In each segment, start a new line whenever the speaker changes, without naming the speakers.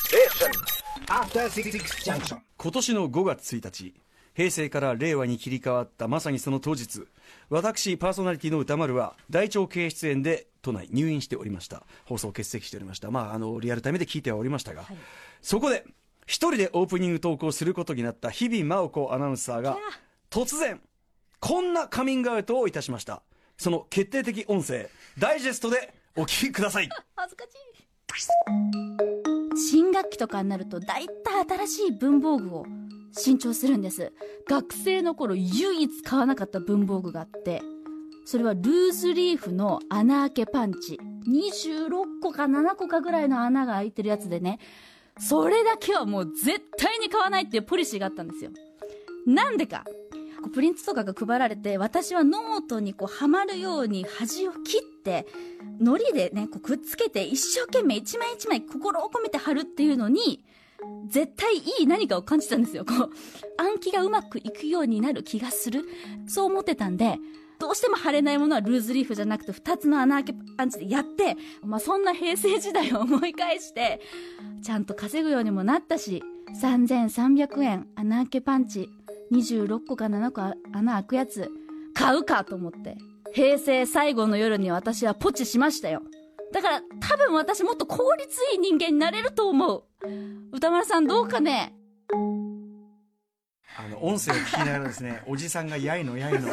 Station.
After Six Junction.
今年の5月1日平成から令和に切り替わったまさにその当日私パーソナリティの歌丸は大腸経出炎で都内入院しておりました放送欠席しておりましたまああのリアルタイムで聞いてはおりましたが、そこで一人でオープニング投稿することになった日々真央子アナウンサーが突然こんなカミングアウトをいたしましたその決定的音声ダイジェストでお聞きください
恥ずかしい新学期とかになると大体新しい文房具を新調するんです学生の頃唯一買わなかった文房具があってそれはルーズリーフの穴あけパンチ26個か7個かぐらいの穴が開いてるやつでねそれだけはもう絶対に買わないっていうポリシーがあったんですよなんでかこうプリントとかが配られて私はノートにこうはまるように端を切って糊でねこうくっつけて一生懸命一枚一枚心を込めて貼るっていうのに絶対いい何かを感じたんですよこう暗記がうまくいくようになる気がするそう思ってたんでどうしても貼れないものはルーズリーフじゃなくて2つの穴あけパンチでやって、まあ、そんな平成時代を思い返してちゃんと稼ぐようにもなったし、3300円、穴開けパンチ、26個か7個あ穴開くやつ、買うかと思って。平成最後の夜に私はポチしましたよ。だから多分私もっと効率いい人間になれると思う。歌丸さんどうかね
あの音声を聞きながらですねおじさんがやいのやい の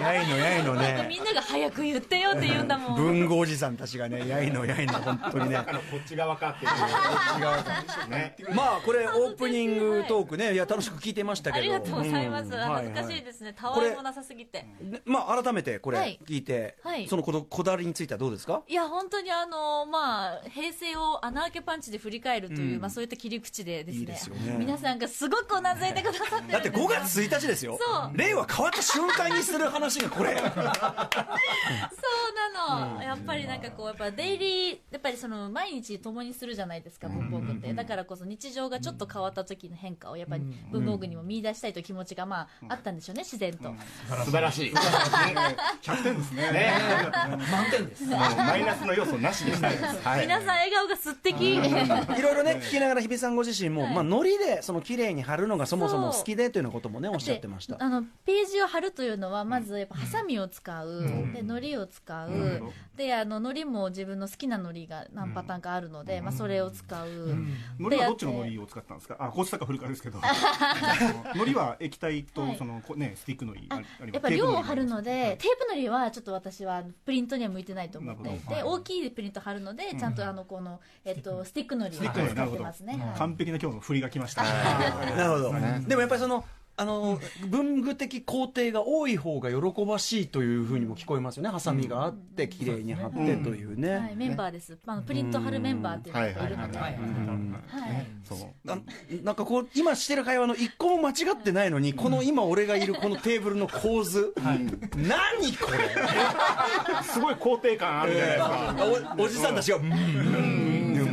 やいのやいのね
みんなが早く言ってよって言うんだもん。
文豪おじさんたちがねやいのやいの本当にね
あのこっち側かっていうこっち側かね
まあこれオープニングトークねいや楽しく聞いてましたけど
ありがとうございます。
うん
恥ずかしいですね。たわい
これ
もなさすぎて。
はいねまあ改めてこれ
はい
聞いて、
はい
そのことこだわりについてはどうですか
いや、本当にあの、まあ、平成を穴あけパンチで振り返るという、
うん
まあそういった切り口でですね。
いいですよね
皆さんがすごくうなずいてくださってるんです
だって5月1日ですよ
そう
令和変わった瞬間にする話がこ れ
そうなの、やっぱりなんかこうやっぱデイリーやっぱりその毎日共にするじゃないですか文房具ってだからこそ日常がちょっと変わった時の変化をやっぱり文房具にも見出したいという気持ちがまああったんでしょうね自然と、
素晴らしい
100点ですね。
ね
満点です
もうマイナスの要素なしでしたねはい
皆さん笑顔が素敵
い ろいろね聞きながら日比さんご自身も、
はい
まあノリでその綺麗に貼るのがそもそも好きでというようなこともねおっしゃ
で
ってました
あのページを貼るというのはまずやっぱハサミを使う、で糊を使う、であの糊も自分の好きな糊が何パターンかあるので、まあ、それを使う、
海苔はどっちの海苔を使ったんですかあこうしたか古かです けどあの海苔は液体と
はい
そのこねスティック海苔
あ
ありあります
やっぱ量を貼るので、
はい
テープのりはちょっと私はプリントには向いてないと思って
なる
い
ほ
て、で大きいプリント貼るのでちゃんとあのこの、えっと、スティックのりを
スティック海苔
使
なる
っ
ほ
て
ど
ますね、はい
完璧な今日の振りが来ました
なるほど、でもやっぱりそのあの文具的工程が多い方が喜ばしいというふうにも聞こえますよねハサミがあって綺麗に貼ってというね、
はいメンバーです、あのプリント貼るメンバーっていうのがいるので、はい
そう
あなんかこう今してる会話の一個も間違ってないのにこの今俺がいるこのテーブルの構図、何これ
すごい肯定感あるじゃないですか
おおじさんたちが「うん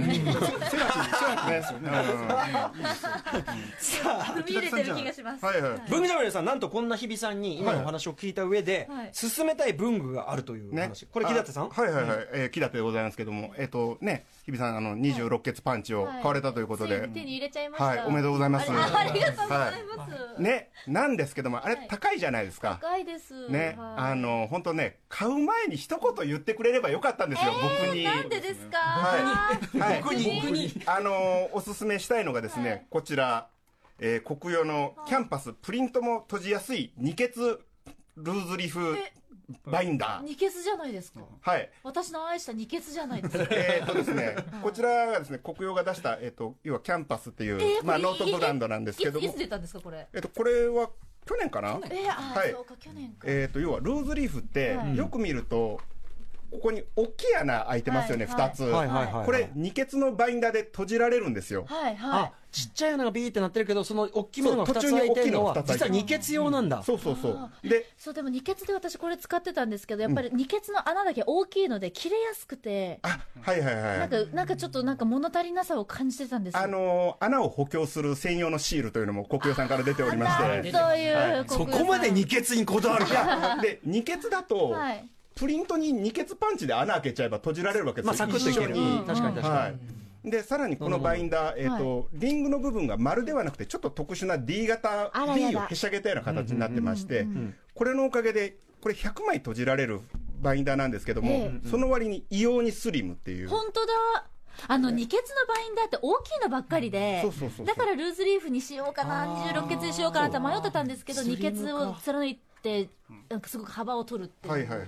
踏み入れてる気がします、
はいはい。
文具ジャムリーさんなんとこんな日比さんに今のお話を聞いた上で、
はい
進めたい文具があるという話、これ木立さん
あはいはいはい。えー、木立でございますけども、えっ、と、ね、日比さん、あの、26ケツパンチを
はい
買われたということで、
ついに手に入れちゃいました、
はい、おめでとうございます。
あありがとうござい
は
ます、
いね、なんですけども、あれ
はい
高いじゃないですか。
高いです
ね、
はい
あの、本当ね、買う前に一言言ってくれればよかったんですよ、
えー
僕に。
なんでですか、
はいはい
僕に僕に
あのおすすめしたいのがですね、
はい
こちら、えー国用のキャンパス、プリントも閉じやすい二欠ルーズリーフバインダー。
二ケスじゃないですか
はい。
私の愛した二ケスじゃないですか
えーっとですね、こちらがですね、国用が出した、えーっと、要はキャンパスっていう、
えー
まあ、
これ
ノートブランドなんですけど
いつい
も
つ、出たんですかこれ
えーっと、これは去年かな
えー、あー、
はい
そうか去年か
えーっと、要はルーズリーフって、
はい
よく見ると、ここに大きい穴開いてますよね、
はい
二、
はい
つ。
はいはいはいはい
これ、二欠のバインダーで閉じられるんですよ。
はいはい
あちっちゃい穴がビーってなってるけどその大きめのが
そう
2
途
つ
中に
開いてるの
大
は
きいのが二つ開
実はい
てる
二欠用なんだ、
そうそうそう。で、
そうでも二欠で私これ使ってたんですけどやっぱり二欠の穴だけ大きいので切れやすくて、
あ、はいはいはい。
なんかなんかちょっとなんか物足りなさを感じてたんですよ
あのー穴を補強する専用のシールというのも国用さんから出ておりまして。
そういう、
そこまで二
に
欠にこだわる
い
か
や、で、二欠だと、
はい
プリントに二欠パンチで穴開けちゃえば閉じられるわけですよ。
まあサクッといけ
一
る
緒に
うん確かに確かに
はいで、さらにこのバインダー、えっ、と、リングの部分が丸ではなくて、ちょっと特殊な D 型
あら、やだ
D をへしゃげたような形になってまして、これのおかげで、これ100枚閉じられるバインダーなんですけども、
え
その割に異様にスリムっていう。
本当だあの二欠のバインダーって大きいのばっかりで、
そうそうそうそう
だからルーズリーフにしようかな26欠にしようかなって迷ってたんですけど
そう
二欠を貫いてなんかすごく幅を取るっていう、
はいはいはい。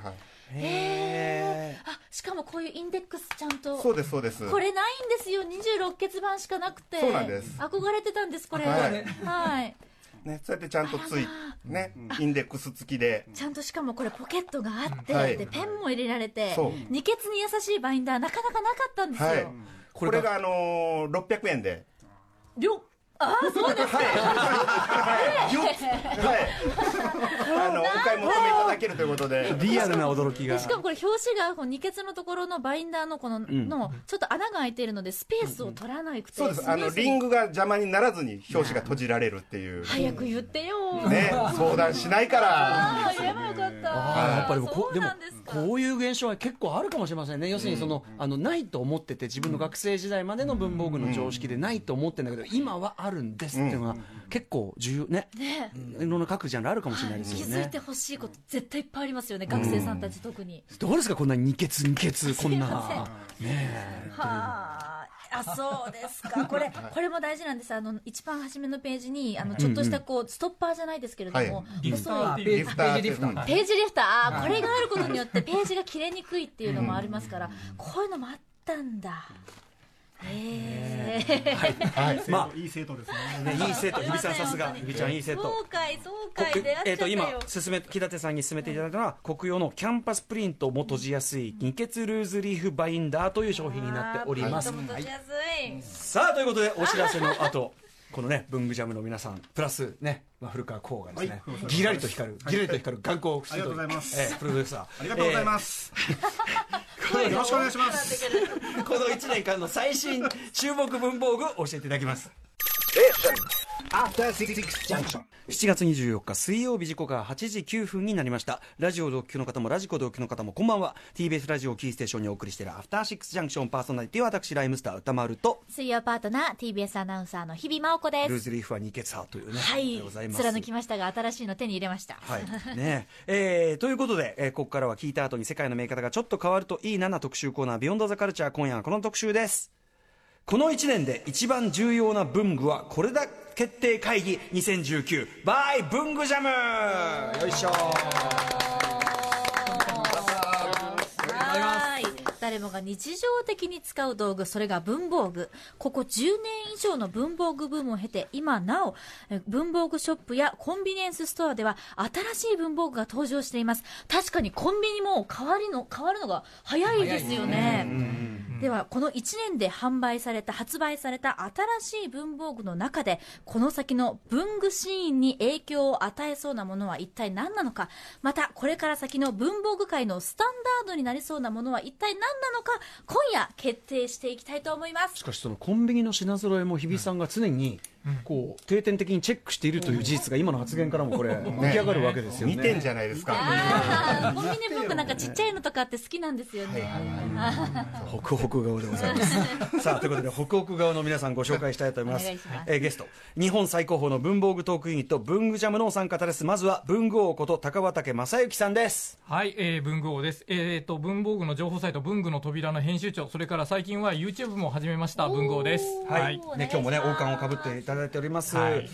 へ
あしかもこういうインデックスちゃんと
そうですそうです。
これないんですよ26欠版しかなくて
そうなんです
憧れてたんですこれ
は
はいい、
ね、そうやってちゃんとつい、ね、インデックス付きで。
ちゃんとしかもこれポケットがあって、
はい
でペンも入れられて
そう
二欠に優しいバインダーなかなかなかったんですよ、
はい。こ
こ
れ
れ
が
が
あのー、600円で。
りょ
はい。あの、お買い求めいただけるということで。
ーリアルな驚きが
でしかもこれ表紙がこの二欠のところのバインダーのこの,、のちょっと穴が開いているのでスペースを取らなくて、
そうです。あの、
スムーズに
リングが邪魔にならずに表紙が閉じられるっていう。
早く言ってよ、
ね、相談しないから。
ああ言えばよかった
あーやっぱりでもこ
そうう
でも
なんですか
こういう現象は結構あるかもしれませんね要するにその、あのないと思ってて自分の学生時代までの文房具の常識でないと思ってんだけど、今はあるんですっていうのは結構重要ね
ね
いろんな各ジャンルあるかもしれないです
気
よ
づい
ね
てほしいこと絶対いっぱいありますよね、学生さんたち特に。
どうですかこんなに二欠二欠こん
すいま
なねえ
はあ、あそうですか、これ、 これも大事なんです、あの一番初めのページに、あのちょっとしたこうストッパーじゃないですけれども、
はい
細い。
リフターって。うん
ページリフター、あーこれがあることによってページが切れにくいっていうのもありますから、こういうのもあったんだ。へえ。
はい。
生徒
ま
いい生徒です
ね
ね。
いいセット日比さんさすが日比ちゃんいいセット
そうかい、そうかい、出会っち
え
ゃ
っ
った
と今
よ。
進め木立さんに勧めていただいたのは国用のキャンパスプリントも閉じやすい二欠ルーズリーフバインダーという商品になっております
あー。友達やすい
さあということでお知らせの後このね文具ジャムの皆さんプラスね、まあ、古川光がですね、
はい
ギラリと光るギラリと光る眼光を
ありがとうございます
ええプロデューサー、
ありがとうございますす。よろしくお願いします。
ええこの1年間の最新注目文房具を教えていただきます
After 66 junction.
7月24日水曜日時刻が8時9分になりましたラジオでお聞きの方もラジコでお聞きの方もこんばんは TBS ラジオキーステーションにお送りしているアフターシックスジャンクションパーソナリティは私ライムスター歌丸と
水曜パートナー TBS アナウンサーの日々真央子で
ルー
す
ズリーフは二欠派というね、
はい
でございます
貫きましたが新しいの手に入れました
はい。ねえ。えーということで、えーここからは聞いた後に世界の見え方がちょっと変わるといいなな特集コーナー、ビヨンドザカルチャー、今夜はこの特集です。この1年で一番重要な文具はこれだ決定会議2019 by 文具ジャムよいしょ
はい誰もが日常的に使う道具それが文房具ここ10年以上の文房具ブームを経て今なおえ文房具ショップやコンビニエンスストアでは新しい文房具が登場しています確かにコンビニも変わりの変わるのが早いですよねではこの1年で販売された発売された新しい文房具の中でこの先の文具シーンに影響を与えそうなものは一体何なのかまたこれから先の文房具界のスタンダードになりそうなものは一体何なのか今夜決定していきたいと思います
しかしそのコンビニの品揃えも日比さんが常にこう定点的にチェックしているという事実が今の発言からもこれ浮き上がるわけですよ
見
ね。
てんじゃないですか。
あーコンビニ文具なんかちっちゃいのとかって好きなんですよね
ホクホク顔でございます。さあ、ということで、ホクホク顔の皆さんご紹介したいと思います。
お願いします
えーゲスト、日本最高峰の文房具トークユニット、文具ジャムのお三方です。まずは、文具王こと高畑正幸さんです。
はい、えー、文具王です。えー、と、文房具の情報サイト、文具の扉の編集長、それから最近は YouTube も始めました、文具王です。
はい、
はい。
ね、今日もね、王冠をかぶっていただいております。
はい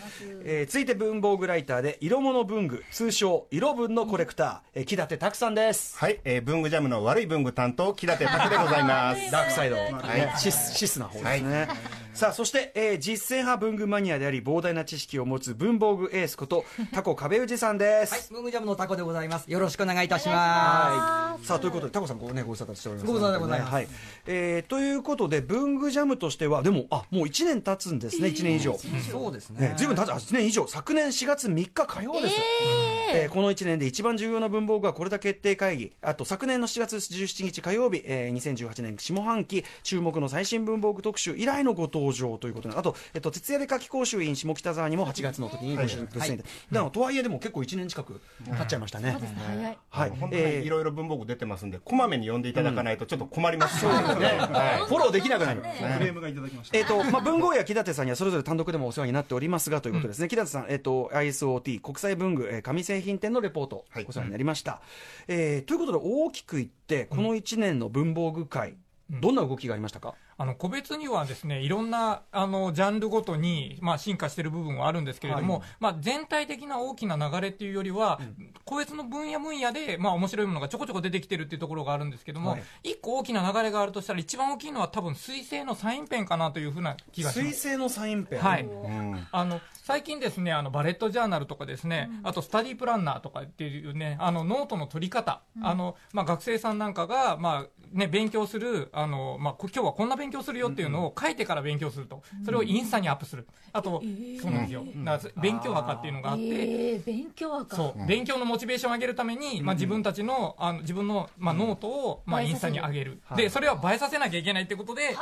えー続いて文房具ライターで、色物文具、通称、色文のコレクター、えー木立拓さんです。
はい。えー、文具ジャムの悪い文具担当、木立拓でございます。
ダークサイド、
い
ねシスシスな方ですね、さあそして、えー実践派文具マニアであり膨大な知識を持つ文房具エースことタコ壁氏さんです、
はい、ムームジャムのタコでございます。よろしくお願いいたしま
はい、さあということでタコさんこうねご無沙汰しております
ご無沙汰でございます
はいえーということで文具ジャムとしてはでもあもう1年経つんですね1年以上、
す。そうですね
ね、。ずいぶん経つあ1年以上昨年4月3日火曜です、えーこの1年で一番重要な文房具はこれだ決定会議あと昨年の7月17日火曜日、えー2018年下半期注目の最新文房具特集以来のご登登場ということであと、えっと、徹夜で夏期講習 in 下北沢にも8月の時にご出演いただいて、なのとはいえでも結構1年近く経っちゃいましたね。
早い。
はい
本当
え
にい
ー
ろいろ文房具出てますんで、こまめに読んでいただかないとちょっと困ります。
はいフォローできなくなります。
クレームがいただきました
えっとまあ、文豪や木立さんにはそれぞれ単独でもお世話になっておりますがということですね、木立さん、えっと ISOT 国際文具、えー紙製品展のレポート、
はい
お世話になりました、えーということで大きく言ってこの1年の文房具界、どんな動きがありましたか、
あの個別にはですねいろんなあのジャンルごとに、まあ、進化している部分はあるんですけれども、まあ、全体的な大きな流れっていうよりは、個別の分野分野で、まあ面白いものがちょこちょこ出てきてるっていうところがあるんですけども、一個大きな流れがあるとしたら、一番大きいのは、多分水星のサインペンかなというふうな気がします。
星のサインペ
はい、
うん
あの最近ですねあのバレットジャーナルとかですね、あとスタディプランナーとかっていうねあのノートの取り方、あのまあ、学生さんなんかが、まあね、勉強するあの、まあ、こ今日はこんな勉強するよっていうのを書いてから勉強すると、それをインスタにアップするあと、そうなんですよ、だから勉強墓っていうのがあって。
えー、勉強はか。
そう、勉強のモチベーションを上げるために、まあ、自分たちのあの自分の、まあ、ノートを、まあ、
映え
イン
させ
スタ
る
に上げる、でそれは映えさせなきゃいけないってことで、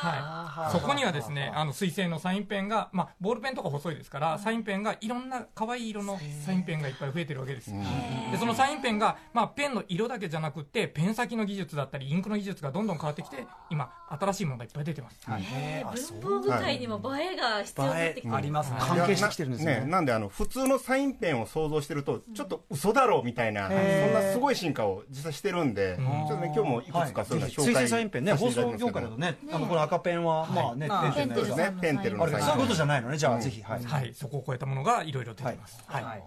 はい、そこにはですねあの水性のサインペンが、まあ、ボールペンとか細いですからサインペンがいろんな可愛い色のサインペンがいっぱい増えてるわけですでそのサインペンが、まあ、ペンの色だけじゃなくてペン先の技術だったりインクの技術がどんどん変わってきて今新しいものがいっぱい出てます
えー、文房具界にも映えが必要になってきてる
ありますね。
関係してきてるんですね
いやななんであの普通のサインペンを想像してるとちょっと嘘だろうみたいな、そんなすごい進化を実際してるんで、ちょっとね今日もいくつかそういうの
水
紹介
星サインペンね
させ
放
ていただき
送
ますけど
業界だとねあのこの赤ペンは、まあね
まあ
ペンじゃない
ペ
で
ン
す
テ
ね
ル
ねペンテル
あ
の
れ
サイン
そういう
ペ
こ
ン
とじゃないのねじゃあ、ぜひはい、
はい、そこを超えたものがいろいろ出てます、はい
はい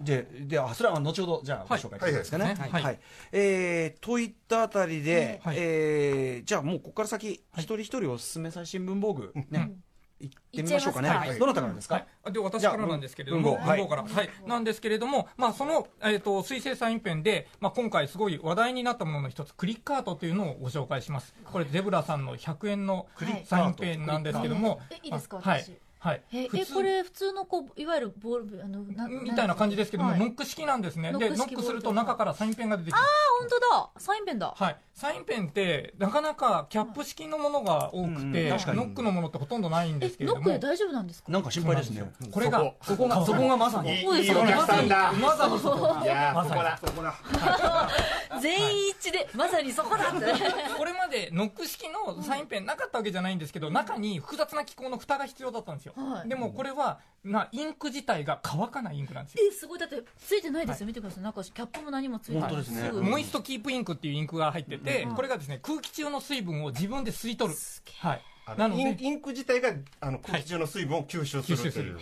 でであそれは後ほどじゃあご紹介いただきますかね。
は
はいい
はいはい
えーといったあたりで、
はい
えーじゃあもうここから先、一人一人おすすめ最新文房具、ねいってみましょうかね。
いっちゃいますか
はいどなたからですか、
はい、で私からなんですけれども、
じゃあ文文豪
文豪から、はいなんですけれども、まあ、その、えー、と水星サインペンで、まあ、今回、すごい話題になったものの一つ、クリッカートというのをご紹介します、これ、ゼブラさんの100円の
クリッカー
サ
ト
インペンなんですけども、
えいいですか
あはい
私、
はい
え
普
え
通
これ普通のこういわゆるボールあのな
みたいな感じですけども、
はい
ノック式なんですね、で
ノック
ノ
式
ックする
ボー
と
ルペン
中からサインペンが出てきます。
あ本当だサインペンだ
はい、サインペンって、なかなかキャップ式のものが多く
う
て、
ん確かに
ノックのものってほとんどないんですけ
え
れ
ノ
ど
ック
も
で、大丈夫なんですか
なんか心配ですね。
これが、
そこがそこがまさに。
いいいいお客さんだ
まさにそこ
いやーそこだ
そこだ
全員一致でまさにそこだって
これまでノック式のサインペンなかったわけじゃないんですけど、中に複雑な機構の蓋が必要だったんですよ、
はい
でもこれはなインク自体が乾かないインクなんですよ
えすごいだってついてないですよ見てくださいなんかキャップも何もついてない
本当ですね
ぐ
モイストキープインクっていうインクが入ってて、これがですね空気中の水分を自分で吸い取る、はい、なの
イン
で
インク自体があの空気中の水分を吸収するという、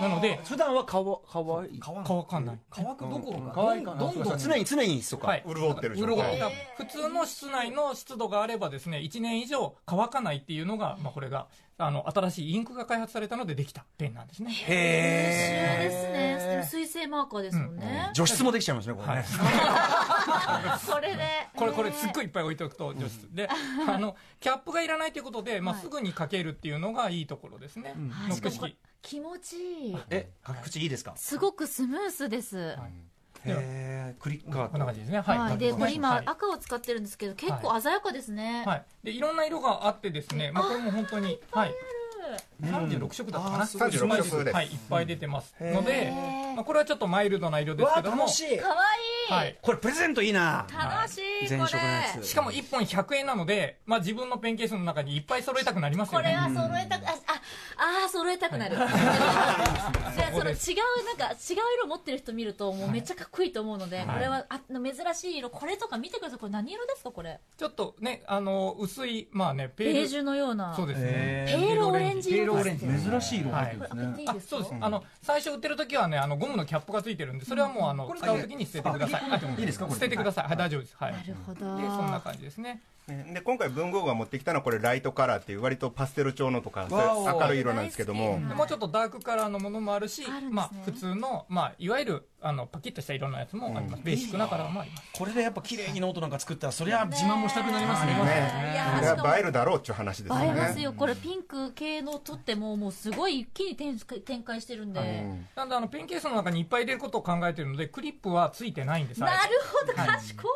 なので
普段はかわかわいい。
乾かない
乾くどころか。
かわいいかな。
どんどん
そうそう常に常にそうか。
はい
潤ってる状態
潤ってた普通の室内の湿度があればですね1年以上乾かないっていうのが、まあ、これがあの新しいインクが開発されたのでできたペンなんですね
え
へ
ですねでも水性マーカーですもんね
ー。、除湿もできちゃいますねこれね。
それで
これこれすっごいいっぱい置いておくと除湿であのキャップがいらないということで、まあ、
はい
すぐにかけるっていうのがいいところですね、ノック
しかも
式
気持ちいい
え書き口いいですか。
すごくスムースです、
へークリッカ
こん
ー
な感
と。
じですねはい、
はい、でこれ今、
はい
赤を使ってるんですけど結構鮮やかですね、
はい、でいろんな色があってですね、まあ、これも本当に、はい、36色だったかな、
ーすごい36色です
はい、いっぱい出てますので、まあ、これはちょっとマイルドな色ですけども
い
かわいい、
はい、
これプレゼントいいな。
楽しい、
前
こ
職のや
れ
つ。
しかも1本100円なので、まあ、自分のペンケースの中にいっぱい揃えたくなります
こ
よ
れ
ね
は揃えたくあああー揃えたくなる、 じゃあその違うなんか違う色持ってる人見るともうめっちゃかっこいいと思うので、これはあ珍しい色これとか見てくださいこれ何色ですかこれ
ちょっとねあの薄いまあねペ
ベ
ー
ー
ジュ
ジュのような
そうですね
へ
ペールオレンジ色
オレンジ。珍しい色
はい
ですね
あそうです、あの最初売ってる時はねあのゴムのキャップがついてるんでそれはもうあの使う時に捨ててくださいいいですか捨ててくださいはい大丈夫ですはい
なるほど
でそんな感じですね
ねで今回文豪が持ってきたのはこれライトカラーっていう割とパステル調のとかそう
わお
いう明るい色なんですけども
でもうちょっとダークカラーのものもあるし
あるんですね
まあ普通のまあいわゆるあのパキッとした色のやつもあります、ベーシックなカラーもあります
これでやっぱ綺麗にノートなんか作ったらそりゃ自慢もしたくなりますね。
ね
いや
こ
ー
れ
しかも
は映えるだろうっていう話ですよ
映えます
ね
よこれピンク系のとってももうすごい一気に展展開してるんで、
なんであのペンケースの中にいっぱい入れることを考えてるのでクリップはついてないんです
なるほど
はい
賢い、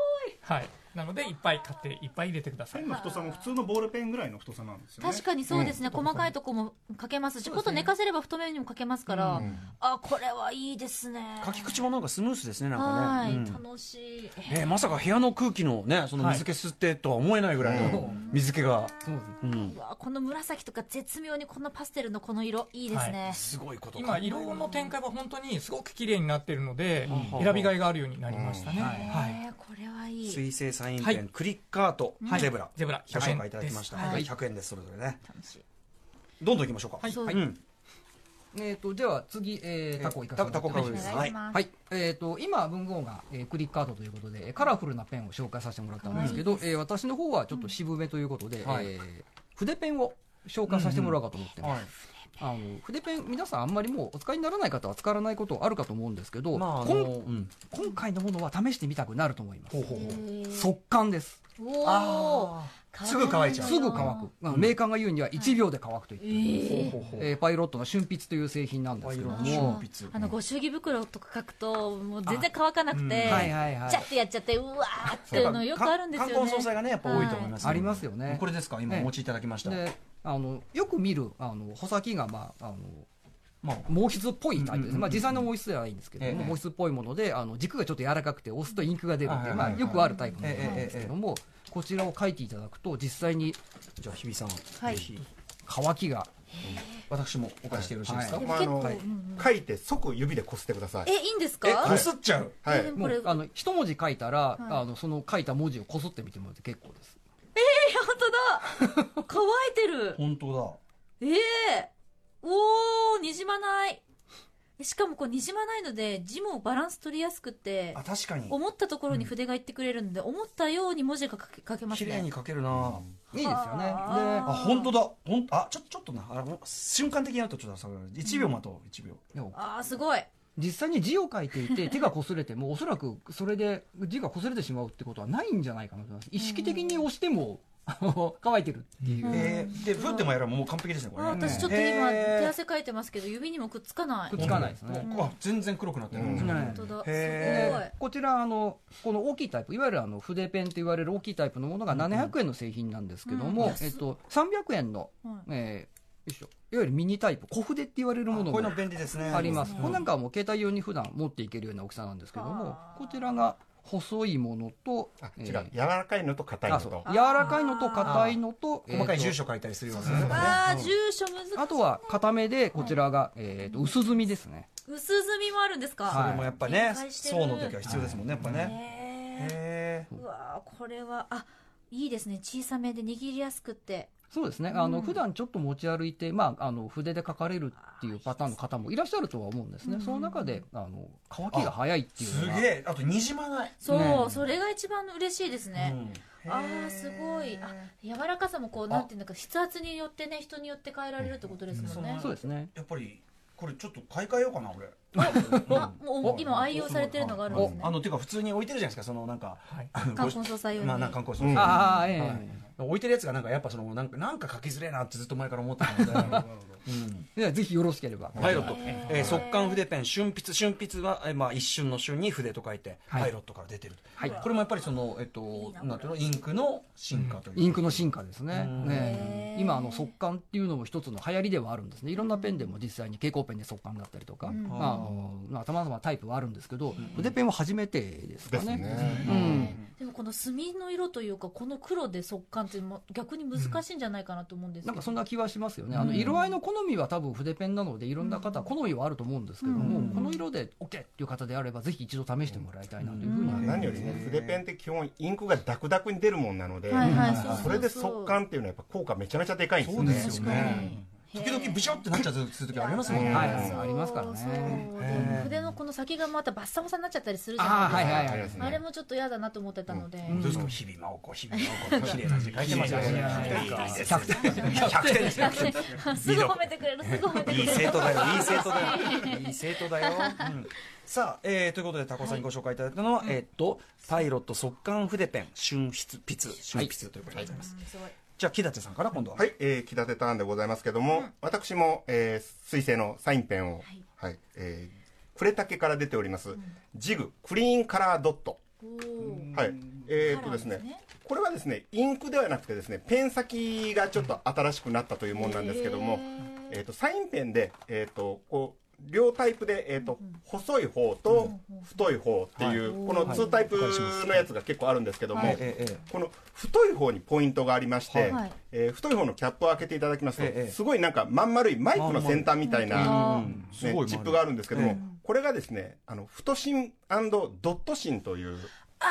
はいなのでいっぱい買っていっぱい入れてください
ペンの太さも普通のボールペンぐらいの太さなんですよね
確かにそうですね、細かいとこも書けますし、こと寝かせれば太めにも書けますから、あこれはいいですね
書き口もなんかスムースですね、なんか
はい、
ね。うん
楽しい
えーまさか部屋の空気のね、その水気吸ってとは思えないぐらいの水気が。
そうですね
うん
うわこの紫とか絶妙にこのパステルのこの色いいですね、
すごいこと
今色の展開は本当にすごく綺麗になってるので、選びがいがあるようになりましたね、はい
えーこれはいい
水性サイン
は
ペン、
い
クリッカーとゼブラ、
ゼブラ
ご
100
紹
円
介いただきました。
です
はい100円です、それぞれね。
楽しい
どんどん行きましょうか。
はい
そう
うん
えー、とでは次、えー、タコいかせ
タ
て
タコ
いた
カ
だき
ブ
ま
ですす。
お
は
願
い
し。ます
はいえー、と今、文豪が、えークリックカードということで、えーカラフルなペンを紹介させてもらったんですけど、えー私の方はちょっと渋めということで、
はい
えー筆ペンを紹介させてもらおうかと思ってます。
はい
あの筆ペン、皆さんあんまりもうお使いにならない方は使わないことあるかと思うんですけど、
まあ、あ
こん
の、うん
今回のものは試してみたくなると思います。
ほうほうほう。
速乾です。
おー乾
すぐ乾いちゃう
すぐ乾く。あのメーカーが言うには1秒で乾くと言ってるんです、
ほうほう
えーパイロットの瞬筆という製品なんですけども。
パイロットの瞬筆
あのご祝儀袋とか書くともう全然乾かなくて、
はいはいはい
ちゃってやっちゃってうわーっていうのよくあるんですよね
冠婚葬祭がね、やっぱ多いと思いますので。
ありますよね
これですか、今
ええ
お持ちいただきました。
であのよく見るあの穂先が、まあ、あの
まあ
毛筆っぽいタイ
うんう
プです、
んうんうん
まあ、実際の毛筆ではないんですけども、
ええ
毛筆っぽいものであの軸がちょっと柔らかくて押すとインクが出るって
はい
いう、
はい
まあ、
はい
よくあるタイプのものなんですけども、こちらを書いていただくと実際に
じゃあ、日比さん、
はい
ぜひ、
乾きが
私もお貸してよろしいですか
は
まああの
結構
書いて即指でこすってください
え。いいんですか
え、こすっちゃう。
は
で
い。
も
も
これ
うあの一文字書いたら、
い
あのその書いた文字をこすってみてもらって結構です
本当 だ乾いてる
本当
ええおおにじまないえしかもこうにじまないので字もバランス取りやすくて
だ。あ、確かに。
思ったところに筆が行ってくれるんで、思ったように文字が書け書けます
綺
ね
麗に書けるない
いですよね
あ
あ、本当だ。ほんあ、ちょ、ちょっとな。あもう瞬間的にやるとちょっとさ、1秒待とう、1秒。
ででも
ああすごい
実際に字を書いていて手が擦れてもおそらくそれで字が擦れてしまうってことはないんじゃないかなと思います意識的に押してもあの乾いてるっていう、
えー、で、ふってもやればもう完璧ですね、こ
あ
れ
ー
ね。
私ちょっと今
へー
手汗かいてますけど指にもくっつかない
くっつかないですね、
あ全然黒くなってない、
うん
うん
本当だ
へ
す
ー
ごい
こちらあのこの大きいタイプいわゆるあの筆ペンと言われる大きいタイプのものが700円の製品なんですけど
う
も、
ん
えっと、300円の、
は
えーよいしょいわゆるミニタイプ小筆って言われるもの
こういう
も
の便利ですね
ありますすこれなんかはもう携帯用に普段持っていけるような大きさなんですけども
あー
こちらが細いものと
あ、
え
違
ー
う。柔らかいのと硬い
あ
の
そう
と。
柔らかいのと硬いのと
細かい住
所
所書いたりするようなね
あー住所難しい
あとは固めでこちらが、えー、と薄墨ですね
薄墨みもあるんですか、
はい
それもやっぱね
展開してる
層の時は必要ですもんねやっぱね
へえ
へ
うわーこれはあいいですね小さめで握りやすくって
そうですねあの、
うん
普段ちょっと持ち歩いて、まあ、あの筆で書かれるっていうパターンの方もいらっしゃるとは思うんですね、
うん
その中であの乾きが早いって
え
いう
す
のが
げえあとにじまない、
そう、
ね
それが一番嬉しいですね、
うん
あ
へ
ー
え
すごいあ柔らかさもこうなんていうのか筆圧によってね人によって変えられるってことですもんね、
そうですね
やっぱりこれちょっと買い替えようかな俺
あもう今愛用されてるのがあるんですね
あのていうか普通に置いてるじゃないですかそのなんか
はい
あの
冠婚葬祭用に
まあなんか冠婚葬
う
祭
ん
ああええ
はい置いてるやつがなんかやっぱそのなんかなんか書きづれえなってずっと前から思ってたの で、うん
ではぜひよろしければ
パイロット、えー速乾筆ペン、瞬筆、瞬筆は、えーまあ、一瞬の瞬に筆と書いて、
はい
パイロットから出てると、
はい
これもやっぱりその、えっと
いいな
なんていうの、インクの進化という、
インクの進化ですね
うん
ね
へ
え
ー
今あの速乾っていうのも一つの流行りではあるんですねいろんなペンでも実際に蛍光ペンで速乾だったりとか、
うん
まああのまあさまざまなタイプはあるんですけど筆ペンは初めてですか
です
ね
ね。
うん、
でもこの墨の色というかこの黒で速乾ってもう逆に難しいんじゃないかなと思うんですけど、
なんかそんな気はしますよね、あの色合いの好みは多分筆ペンなのでいろんな方好みはあると思うんですけども、この色で OK っていう方であればぜひ一度試してもらいたいなというふうに、
まあ何よりね、筆ペンって基本インクがダクダクに出るもんなので、
はいはいそうそうそう
それで速乾っていうのはやっぱ効果めちゃめちゃでかいんですよね。
そうですよね時々ブシャってなっちゃう時ありますもんね、
はい
そう
ありますからね
そう
へえ
筆のこの先がまたバッサバサになっちゃったりするじゃない
あ
です
あ
か
はいはい
あ
は
り
い
ますね
あれもちょっと嫌だなと思ってたので、
どうですか、日々真央子、日々 真央子、綺麗な字書いてますよね、100点100点ですよ、
すぐ褒めてくれるすぐ褒めてく
い
れ
い
る
生徒だ よ、いい生徒だよ、いい生徒だよ。うんさあ、えーということで、タコさんにご紹介いただいたのは、えーっと、パイロット速乾筆ペン、瞬筆、筆、瞬筆ということでございます。じゃあ、木立さんから今度は。
はい、えー、木立ターンでございますけども、私も、えー、水星のサインペンを、はい、えー、呉竹から出ております、ジグクリーンカラードット。はい、えーっとですね、これはですね、インクではなくてですね、ペン先がちょっと新しくなったというものなんですけども、えーっと、サインペンで、えーっと、こう、両タイプで、えーっと、細い方と太い方っていう、この2タイプのやつが結構あるんですけども、
ええええ
この太い方にポイントがありまして、
はい
えー太い方のキャップを開けていただきますと、
ええええ
すごいなんかまん丸いマイクの先端みたいな、ね
すごい丸い
チップがあるんですけども、
ええ
これがですねあの太芯ドット芯という、
あ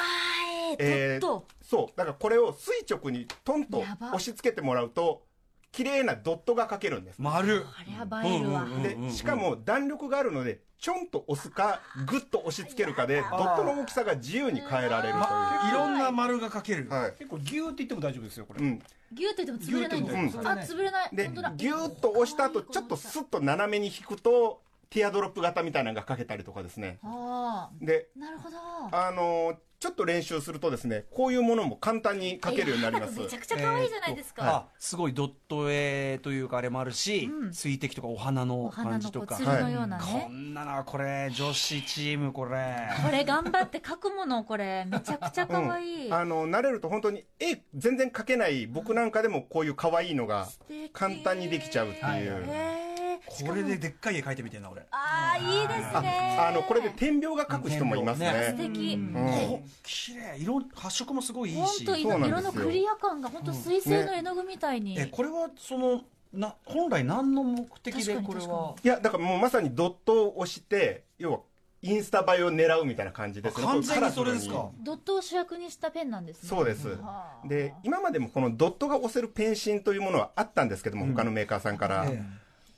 ーえ
え
ー、
ー
とっと、
そうだからこれを垂直にトンと
やば
押し付けてもらうと綺麗なドットが描けるんです。
丸
あれは映えるわ、
うんうんうん
でしかも弾力があるのでちょんと押すかグッと押し付けるかでドットの大きさが自由に変えられるという、
まいろんな丸が描ける、
はい
結構ギューって言っても大丈夫ですよこれ、
うん、
ギューって言っても潰れないんで
ギュー
すよ、
って言っても潰れ
あ
ない
潰れない
で
本当だ、
ギューッと押した後、ちょっとスッと斜めに引くと、ティアドロップ型みたいなのがかけたりとかですね。
あ
で、
あなるほど
あのーちょっと練習するとですね、こういうものも簡単にかけるようになります。
めちゃくちゃ可愛いじゃないですか、
あすごいドット絵というかあれもあるし、
うん
水滴とかお花の
お花
感
の
じ
ことう
か
つるのようなね、
こんなのはこれ女子チームこれ
これ頑張って書くものこれめちゃくちゃ可愛い、
うんあのー慣れると本当に絵全然描けない僕なんかでもこういう可愛いのが
素敵
簡単にできちゃうっていう、
えー、
これででっかい絵描いてみてんな俺
ああいいですね
あのこれで点描が描く人もいますね
素敵、
うん
お綺麗色発色もすごいいい
本
し
当
そうなんです
色
よ
のクリア感が本当水星の絵の具みたいに、
えこれはそのな本来何の目的で
確かに
これ
確か
はい
やだからもうまさにドットを押して要はインスタ映えを狙うみたいな感じですね
完全にそれです
こうカラフル
か
ドットを主役にしたペンなんですね
そうです
はあ
で今までもこのドットが押せるペンシンというものはあったんですけども、他のメーカーさんから、
え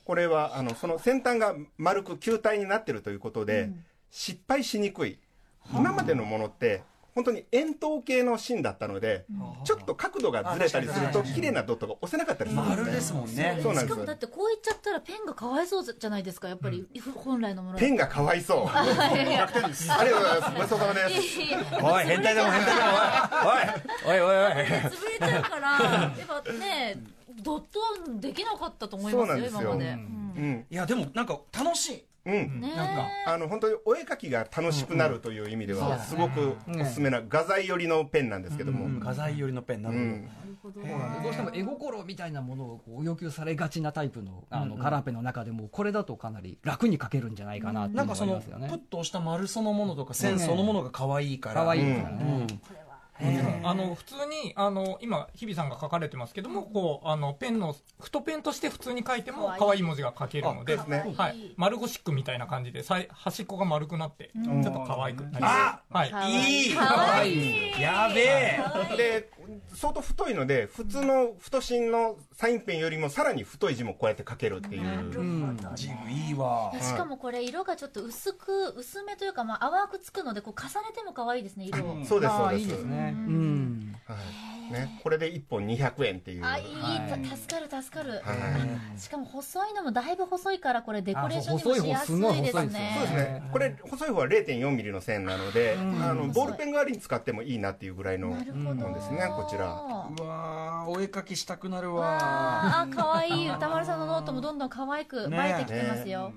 これはあのその先端が丸く球体になってるということで、失敗しにくい今までのものって本当に円筒形の芯だったので、ちょっと角度がずれたりする
あ確
と
かに
綺麗なドットが押せなかったりするん
丸ですもんね
そうなん
し
で
か
す
もだってこう言っちゃったらペンがかわいそうじゃないですかやっぱり、本来のもの
ペ
ン
ンがかわいそうありがとうございますごちそうさまです
おい変態でも変態でもおいおいおいおいおい
潰れちゃうか らやっぱねドットはできなかったと思います
そうな
よ
んですよ
今まで、
ううん
いやでもなんか楽しい
うん
ねえ
なんか
あの本当にお絵描きが楽しくなるという意味では、すごくおすすめな画材寄りのペンなんですけども、
画材寄りのペンな
う
るほど
ん
どうしても絵心みたいなものをこう要求されがちなタイプのあのカラーペンの中でもこれだとかなり楽に描けるんじゃないかなってい
な
うんの
か
が
その
ありま
プ
すよね
ッと押した丸そのものとか線そのものが可愛いから
可愛いですからね、
あの普通にあの今日比さんが書かれてますけども、こうあのペンの太ペンとして普通に書いても
可愛い
可愛い文字が書けるので、
あですね
はい、丸ゴシックみたいな感じでさい端っこが丸くなって、ちょっと可愛くなり
あ
ます。はい。
いい
可愛い
やべえ
で相当太いので普通の太芯のサインペンよりもさらに太い字もこうやって書けるっていう、
ジムいいわ
しかもこれ色がちょっと薄く薄めというか、まあ、淡くつくのでこう重ねても可愛いですね色を、
そうです
あ
そう
あ
で
い
す
いですねうん、
はいね、これで1本200円っていう
あいい、た助かる助かる、
はい
しかも細いのもだいぶ細いからこれデコレーションにも
あそう
しやすい
細い方
です
ごい細いですよ
ね
そうですねこれ細い方は0.4ミリの線なので、あのボールペン代わりに使ってもいいなっていうぐらいのも
なるほど、
のですねこちら
うわーお絵描きしたくなるわ
あー可愛い歌丸さんのノートもどんどん可愛く映えてきてますよ、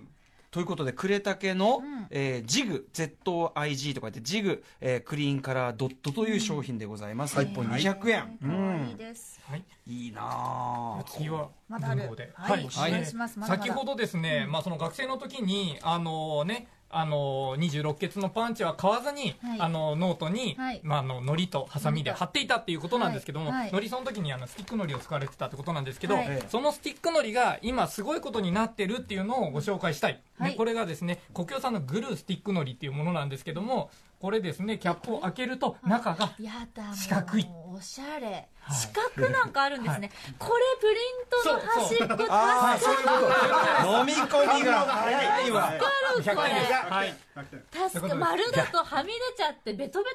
ということで、呉竹の、えージグ、ZOIG とか言って、ジグ、えークリーンカラードットという商品でございます。1本200円。
可愛いです、
いいなぁ。
次は
まだある
文房で
はいお願いしますまだまだ
先ほどですね、まあその学生の時にあのね。あの26ケツのパンチは買わずに、
はい
あのノートに、
はい
まあ、あの糊とハサミで貼っていたっていうことなんですけども、
はいはい
糊その時にあのスティック糊を使われてたってことなんですけど、
はい
そのスティック糊が今すごいことになってるっていうのをご紹介したい、
はい
でこれがですね国境産のグルースティック糊っていうものなんですけどもこれですねキャップを開けると中が
やだもう
四角い
おしゃれ、四角なんかあるんですね、これプリントの端っこ助
ああ、そう
か
いうこと。飲み込みが早いわ。
るこれ
はい
助か丸だとはみ出ちゃってベトベ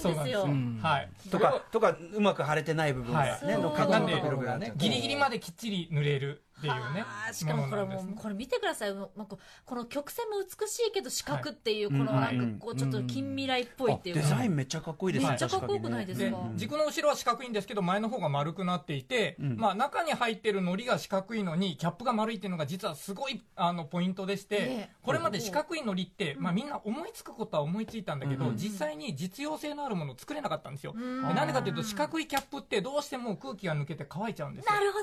トになるんですよ
はい
とか、とか、うまく腫れてない部分が
は
ね、
い
の角度のところがね。
ギリギリまできっちり塗れるっていうね
あーしか
も
もこ
のな
れ
んで
も
すね
うこれ見てください、まあ、ここの曲線も美しいけど四角っていうこ
はい
のな
うん
んかこうちょっと近未来っぽいっていう
あデ
か、
ザインめっちゃかっこいいですね
めっちゃかっこよくないですか、
で
うん
軸の後ろは四角いんですけど前の方が丸くなっていて、
うん
まあ、中に入ってる糊が四角いのにキャップが丸いっていうのが実はすごいあのポイントでして、
ええ
これまで四角い糊って、まあ、みんな思いつくことは思いついたんだけど、
うん
実際に実用性のあるものを作れなかったんですよ。
うん
でなんでかっていうと四角いキャップってどうしても空気が抜けて乾いちゃうんですよ
なるほ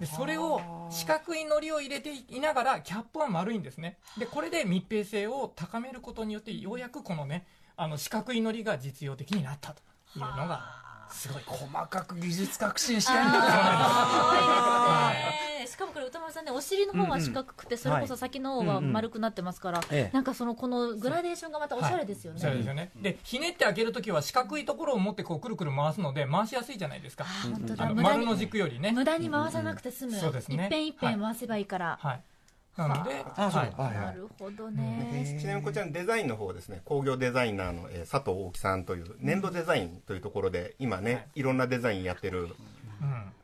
ど、
でそれを四角い糊を入れていながらキャップは丸いんですねでこれで密閉性を高めることによってようやくこのねあの四角い糊が実用的になったというのがすごい
細かく技術革新してんだ
可愛いですねしかもこれ歌丸さんねお尻の方は四角くてそれこそ先の方は丸くなってますから、
ええ
なんかそのこのグラデーションがまたおしゃれですよね、
そうですよね、でひねって開けるときは四角いところを持ってこうくるくる回すので回しやすいじゃないですか
あー本当
あ
だ
の
無駄
丸の
に
軸よりね
無駄に回さなくて済む、
うんそうですね
一遍一遍回せばいいから、
はいなので
あそう
は
は
い
いは
ないるほどね、
ちなみにこちらのデザインの方はですね工業デザイナーの、えー佐藤大木さんという粘土デザインというところで今ね、い、ろんなデザインやってる
うん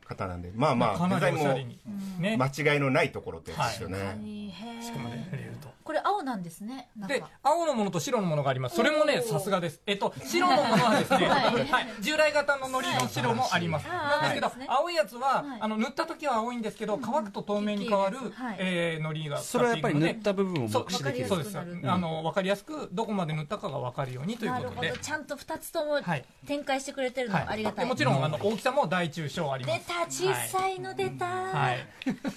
方なんでまあま
か
あデ
な
ザイン
りおしゃれに
も、
ね
間違いのないところってやつですよね、
へー
しかもね触れると
これ青なんですねなん
で
か、
青のものと白のものがあります。それも
お
ね、
ー
さすがです。えっと、白のものはですね、
はい
はい、従来型の糊の白もあります。
はい
なんですけど
はいはい、
青いやつは
はい、
あの、塗った時は青いんですけど、乾くと透明に変わる
きれいですはい、
えー糊が
それはやっぱり塗
ね
った部分を
そう
目視できる
そう
わ
で
かりやすく
す。
なる
あの、わかりやすく、どこまで塗ったかがわかるようにという
な
こ
る
と
ほ
で
ど。ちゃんと2つとも
はい
展開してくれてるの
はい
がありがたい、
でもちろん、あの、大きさも大中小ありま
出
す。
た小さいの出た、
はい。はい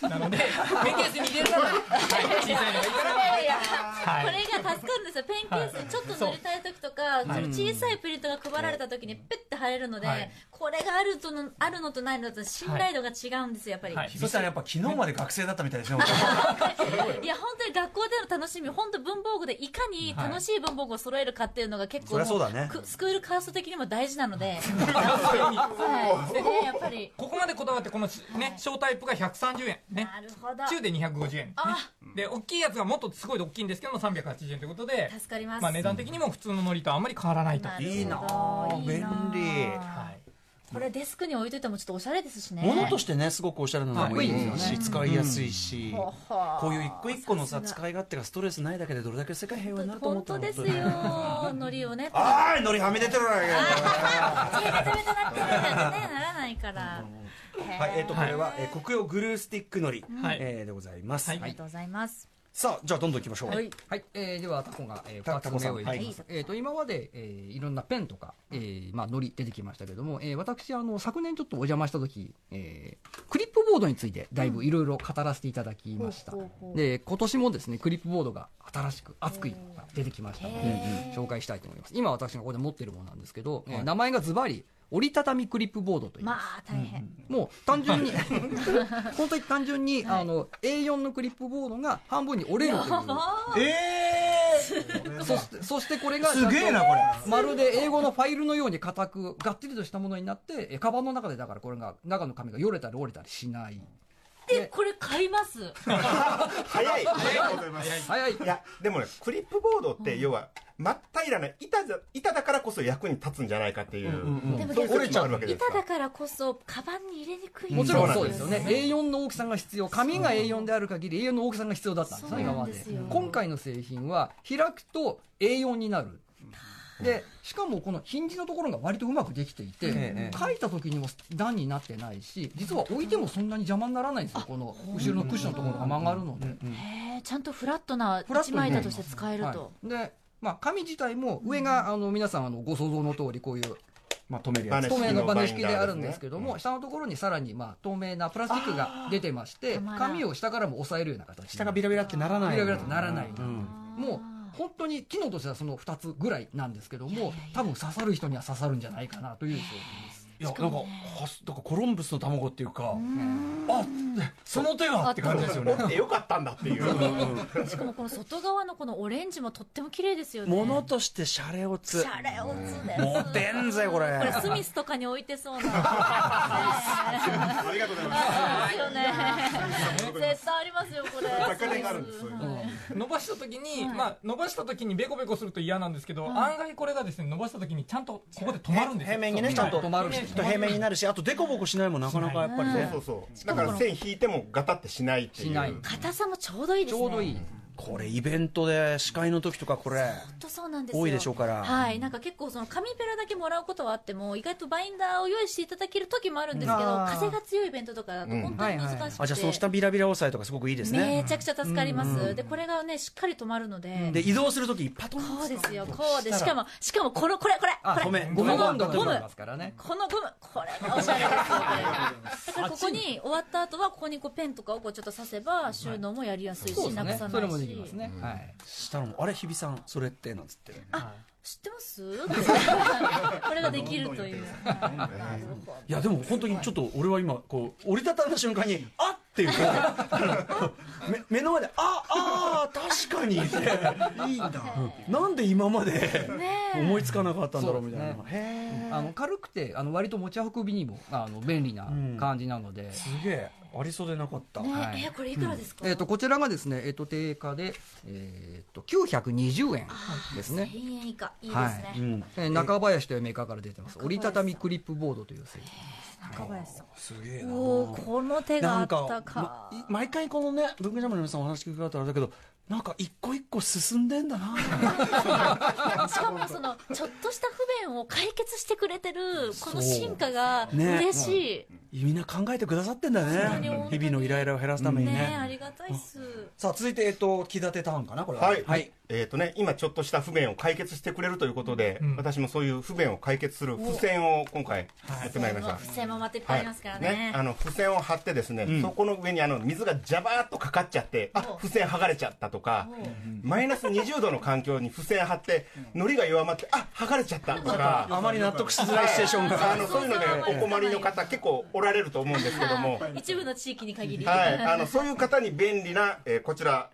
な ので、ペンケースに入れるなら、はい小さいのがいいか
いやい
ら、
や
はい
これが助かるんですよペンケースにちょっと塗りたい時とか、その小さいプリントが配られた時にペッて貼れるので、
はい
これがあるとのあるのとないのと信頼度が違うんですよやっぱり、
はい
い、
そしたらやっぱ昨日まで学生だったみたいですね
や本当に学校での楽しみ本当文房具でいかに楽しい文房具を揃えるかっていうのが結構
そりゃそうだね
くスクールカースト的にも大事なので、はい、でねやっぱり
ここまでこだわって、このしね、小タイプが130円。ね。
なるほど
中で250円、ね
あ、
で大きいやつがもっとすごい大きいんですけども380円ということで
助かります、
まあ、値段的にも普通ののりとあんまり変わらないと
なるほど
いいなあ
いいなあ
便利
はい
これデスクに置いといてもちょっとおしゃれですしね
物としてねすごくおしゃれなのもい
かっこいい
い
ですよ
し使いやすいし
ほほ
こういう一個一個のさ
さすが
使い勝手がストレスないだけでどれだけ世界平和になると思
本
った
当
の
ですよのり をね
あーいのりはみ出てるわよ
ベタベタなってるやつねならないから
はいえっとこれはえー黒曜グルースティックのり
はい
えーでございます
ありがとうございます
さあじゃあどんどんいきましょう
はい、はいえーではタコが、えー、
タタコ
2つ
さ
目
ん
を入れます、えー、と今まで、えーいろんなペンとか、えーまあ、のり出てきましたけども、えー私あの昨年ちょっとお邪魔した時、えークリップボードについてだいぶいろいろ語らせていただきました、
ほうほう
で今年もですねクリップボードが新しく熱くいのが出てきましたので
へー
紹介したいと思います今私がここで持ってるものなんですけど、えー名前がズバリ折りたたみクリップボードといいます
まあ大変
もう単純に 本当に単純に、あの A4 のクリップボードが半分に折れるというそしてそしてこれが
すげえなこれ
まるで英語のファイルのように硬くがっちりとしたものになってえカバンの中でだからこれが中の紙がよれたり折れたりしない
でこれ買います
早い
早い
いやでもねクリップボードって要は真っ平らな板じゃ板だからこそ役に立つんじゃないかっていう、
でも
そういう時もあるわけです
板
か
だからこそカバンに入れにくい
もちろんそうですすよね A4 の大きさが必要紙が A4 である限り A4 の大きさが必要だったんです
そう
今
なん
ま
で
です
よ
今回の製品は開くと A4 になるでしかもこのヒンジのところが割とうまくできていて、
ええ
書いた時にも段になってないし実は置いてもそんなに邪魔にならないんですよこの後ろのクッションのところが曲がるので、
へえちゃんとフラットな
フラット
一
にね
枚板として使えると
はい、で、まあ、紙自体も上が、あの皆さんあのご想像の通りこういう
まあ止める
バ
や
ネ
つ
透明のバネ式で
バインダーですね
あるんですけども、下のところにさらに、まあ、透明なプラスチックが出てまして
たまらん
紙を下からも押さえるような形
下がビラビラってならない
ビラビラとならない
うん
もう本当に機能としてはその2つぐらいなんですけども多分刺さる人には刺さるんじゃないかなという商品です。
いやなんかはすなんかコロンブスの卵っていうかあその手がって感じですよね
らよかったんだっていう
しかもこの外側のこのオレンジもとっても綺麗ですよね
物としてシャレオツ
シャレオツです
モテんぜこれ
これスミスとかに置いて そうなあ
ありがとうございます
りますよね絶対ありますよこれ
高値があるんですそういうの
伸ばした時に、まあ伸ばした時にベコベコすると嫌なんですけど、案外これがですね伸ばした時にちゃんとここで止まるんですよ
平面にねちゃんと
止まるし
きっと平面になるしあと凸凹しないもんなかなかやっぱりね
そうそうだから線引いてもガタってしないっていう
しない
硬さもちょうどいいで
ち
すね
ょうどいい
これイベントで司会の時とかこれ
本当そうなんですよ
多いでしょうから
はいなんか結構その紙ペラだけもらうことはあっても意外とバインダーを用意していただける時もあるんですけど、
うんあー
風が強いイベントとかだと本当に難しくて、
あじゃあその下ビラビラ押さえとかすごくいいですね
めちゃくちゃ助かります、でこれがねしっかり止まるので
で移動する時パトン
こうですよこうでしかもしかもこのこれこれ
あ
これ
ごめん
こ
ゴム
の
バンドが
ゴム
ありますからね
このゴムこれがおしゃれですよねだからここに終わった後はここにこうペンとかをこうちょっと刺せば収納もやりやすいし、
そうです
なく
ね
さないし
それもできますねはい
したらもうあれ日比さんそれってなんつって
知ってます これができるというなるほど
いやでも本当にちょっと俺は今こう折りたたんだ瞬間に「あっ!」っていう こうめ目の前で「ああー確かに」っていいんだなんで今まで思いつかなかったんだろうみたいな、
そうで
へえ
あの軽くてあの割と持ち運びにもあの便利な感じなので、
すげえありそうでなかった、
ね
はい
えーこれいくらですか、
えっとこちらがですね、えっと定価で、えっと920円ですね、
1000円以下いいですね、
は
うん、
えー中林というメーカーから出てます折りたたみクリップボードという製品
中林さん
すげえな
おおこの手があ
な
っ
んか
たか
まい毎回このね文具ジャムの皆さんお話聞く方あれだけどなんか一個一個進んでんだな
しかもそのちょっとした不便を解決してくれてるこの進化が
そうね
嬉しい、
みんな考えてくださってんだ
そうね
ね日々のイライラを減らすためにね,、
ねえありがたいっす
さあ続いてえっと木立てターンかなこれ
はい、えっ、とね、今ちょっとした不便を解決してくれるということで、
ん
私もそういう不便を解決する付箋を今回やってまいりました。
付箋もまたいっぱ
は
いあ
い
りますからね,、
あの付箋を貼ってですね、そこの上にあの水がジャバーっとかかっちゃってあ付箋剥がれちゃったとかマイナス20度の環境に付箋貼って糊が弱まってあ剥がれちゃったとか
あまり納得しづらいシチュエーションが
あのそういうのでお困りの方結構おられると思うんですけども
はい一部の地域に限り、
はい、あのそういう方に便利な、えーこちら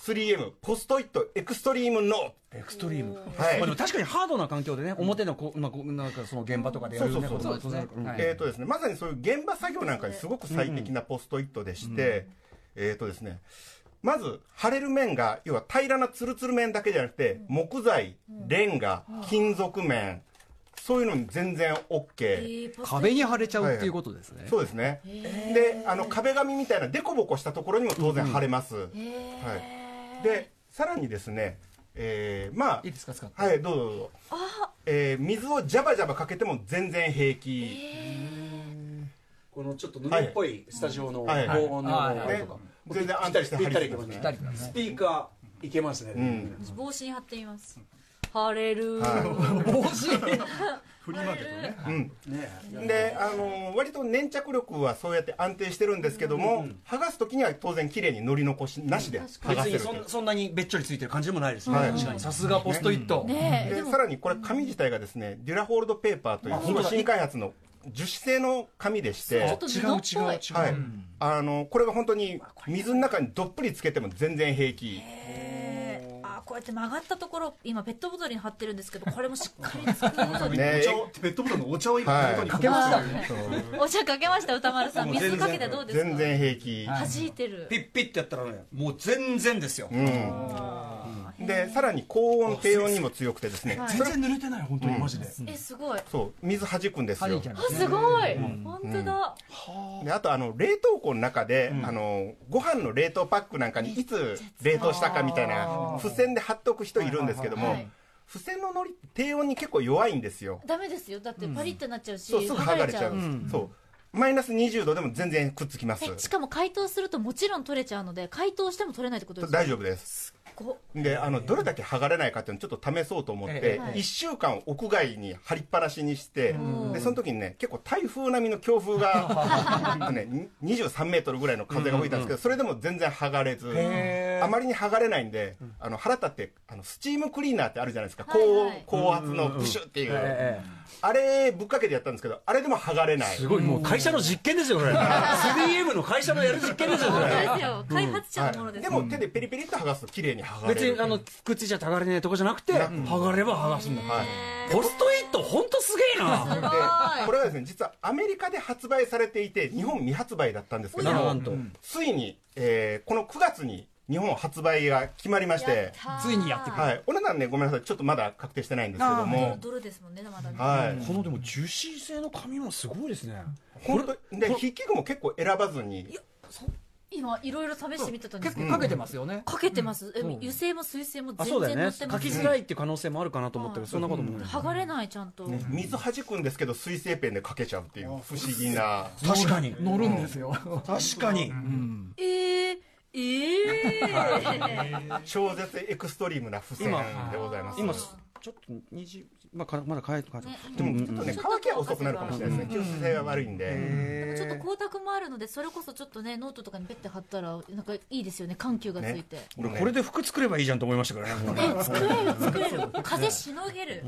3M ポストイットエクストリームノー
エクストリーム
はい
まあ、でも確かにハードな環境でね、表のこう、まあ、こうなんかその現場とかでやるよね
そう
こと
そ
も
う
そうですね
ん
はい
えーとですね、まさにそういう現場作業なんかにすごく最適なポストイットでして、えーとですね、まず、貼れる面が、要は平らなツルツル面だけじゃなくて、木材、レンガ、金属面、そういうのに全然 OK。
えーポスト
壁に貼れちゃうっていうことですね、
そうですね。で、あの、壁紙みたいなデコボコしたところにも当然貼れます。は
えー
い。で、さらにですね、えーまあ
いい、ですか使って、
はい、どうぞどうぞ。えー水をジャバジャバかけても全然平気。
このちょっと布っぽいスタジオの
はい
防音の
はい
あれ
ね
とか、、
全然安定して貼り付けます
ぴっ
ね
た
りだね
スピーカーいけますね。
うん
帽子に貼ってみます貼れる、
は
帽子
フリーマーケットね
うん、
ね
で、あのー割と粘着力はそうやって安定してるんですけども、剥がす時には当然綺麗に乗り残しなしで剥がせる
別に
と
そ
いうん
そんなにべっちょりついてる感じでもないですね。
はい
確かにさすがポストイット。
ねえで
で
も
さらにこれ紙自体がですねデュラホールドペーパーというすごい新開発の樹脂製の紙でし
ちょ
て
っと
違
布
う
っぽ
違う違。
いう
はいあのこれが本当に水の中にどっぷりつけても全然平気
えーあーこうやって曲がったところ今ペットボトルに貼ってるんですけどこれもしっかり作 ることに
ね
お茶をペットボトルのお茶を今
はい
手元に
か
かけまし た
お茶かけました歌丸さん
もう全然
水かけてどうですか
全然平気、
弾いてる
ピッピッってやったらね、もう全然ですよ。
うんでさらに高温低温にも強くてですね
全然濡れてない本当にマジで。
えすごい
そう水弾くんです
跳ね
よ
ちゃいま
あ
すね
すごい、本当だ、
であとあの冷凍庫の中で、あのご飯の冷凍パックなんかにいつ冷凍したかみたいな付箋で貼っておく人いるんですけども、
はいはいはい
付箋ののりって低温に結構弱いんですよ
ダメですよだってパリってなっちゃうし、
そうすぐ剥がれちゃう、
剥が
そうマイナス20度でも全然くっつきます
えしかも解凍するともちろん取れちゃうので解凍しても取れないってことですよ
大丈夫です
こ
であのどれだけ剥がれないかっていうのをちょっと試そうと思って、
はい
1週間屋外に貼りっぱなしにして、でその時にね結構台風並みの強風が、あのね、23メートルぐらいの風が吹いたんですけど、それでも全然剥がれず
へー
あまりに剥がれないんであの腹立ってあのスチームクリーナーってあるじゃないですか、
はいはい
高高圧のプシュっていう、
え
あれぶっかけてやったんですけどあれでも剥がれない
すごい、もう会社の実験ですよ、これ。3M の会社のやる実験ですよ、こ
う
れ。
ですよ開発者のもの
はい
で
で
す
も手でペリペリっと剥がすと綺麗に剥がれる
別にあのくっついちゃって剥がれねえとかじゃなくて、剥がれば剥がすんだ。
はい
ポストイット、本当すげえな。
でこれはですね実はアメリカで発売されていて日本未発売だったんですけど
なるほど。
ついに、えーこの9月に日本発売が決まりまして、
ついにやってくる
はい、お値段ね、ごめんなさい、ちょっとまだ確定してないんですけど
ドル
も、
ドルですもんねまだね
はい。
このでも樹脂製の紙もすごいですね
本当で、筆記具も結構選ばずに、
今いろいろ試してみてたんです
結
けど
構かけてますよね、
かけてますえ
うん
油性も水性も
あ
全
そうだよ
然
ね
乗って
書
ます
きづらいっていう可能性もあるかなと思ったけど、
うん
そんなこともない、
剥がれないちゃんと
ね水弾くんですけど、水性ペンで書けちゃうっていう不思議な。
確かに
乗るんですよ、
確かに
うん
えーえー
超絶エクストリームな付箋でございます。
今すちょっと2時、まあ、かまだ帰って帰って、
でもちょっとね、
うん
乾きは遅くなるかもしれないですね。吸水性が悪いんで。
でもちょっと光沢もあるのでそれこそちょっとねノートとかにペッて貼ったらなんかいいですよね緩急がついて、
俺ね
これで服作ればいいじゃんと思いましたからねもうね
え作れる作れる風しのげる、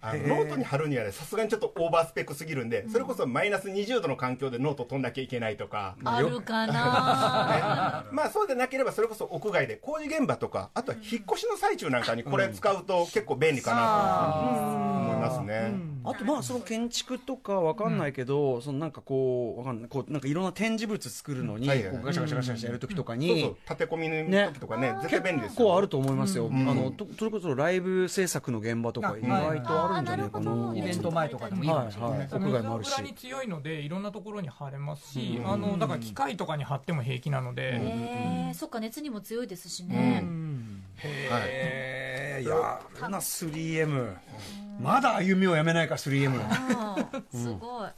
あのノートに貼るにはね、さすがにちょっとオーバースペックすぎるんで、それこそマイナス20度の環境でノート飛んなきゃいけないとか。
あるかな
まあそうでなければそれこそ屋外で工事現場とか、あとは引っ越しの最中なんかにこれ使うと結構便利かなと思いますね。
あとまあその建築とかわかんないけど、そのなんかこうわかんないこうなんかいろんな展示物作るのに、
はいはい
こうガシャガシャガシャガシャやるときとかに、
そうそう、立て込みの時とかね、絶対便利です
結構あ
よ。
ると思いますよ、あのとそれこそライブ制作の現場とか意外とあるんじゃないかな、
うんあーなるほど
はい
イベント前とかでもいいかもしれない、
はい
あの
屋外もあるし
水油に強いのでいろんなところに貼れますし、あのだから機械とかに貼っても平気なので、
えー、そっか熱にも強いですしね、
えーいやーな 3M まだ歩みをやめないか 3M
うんすごい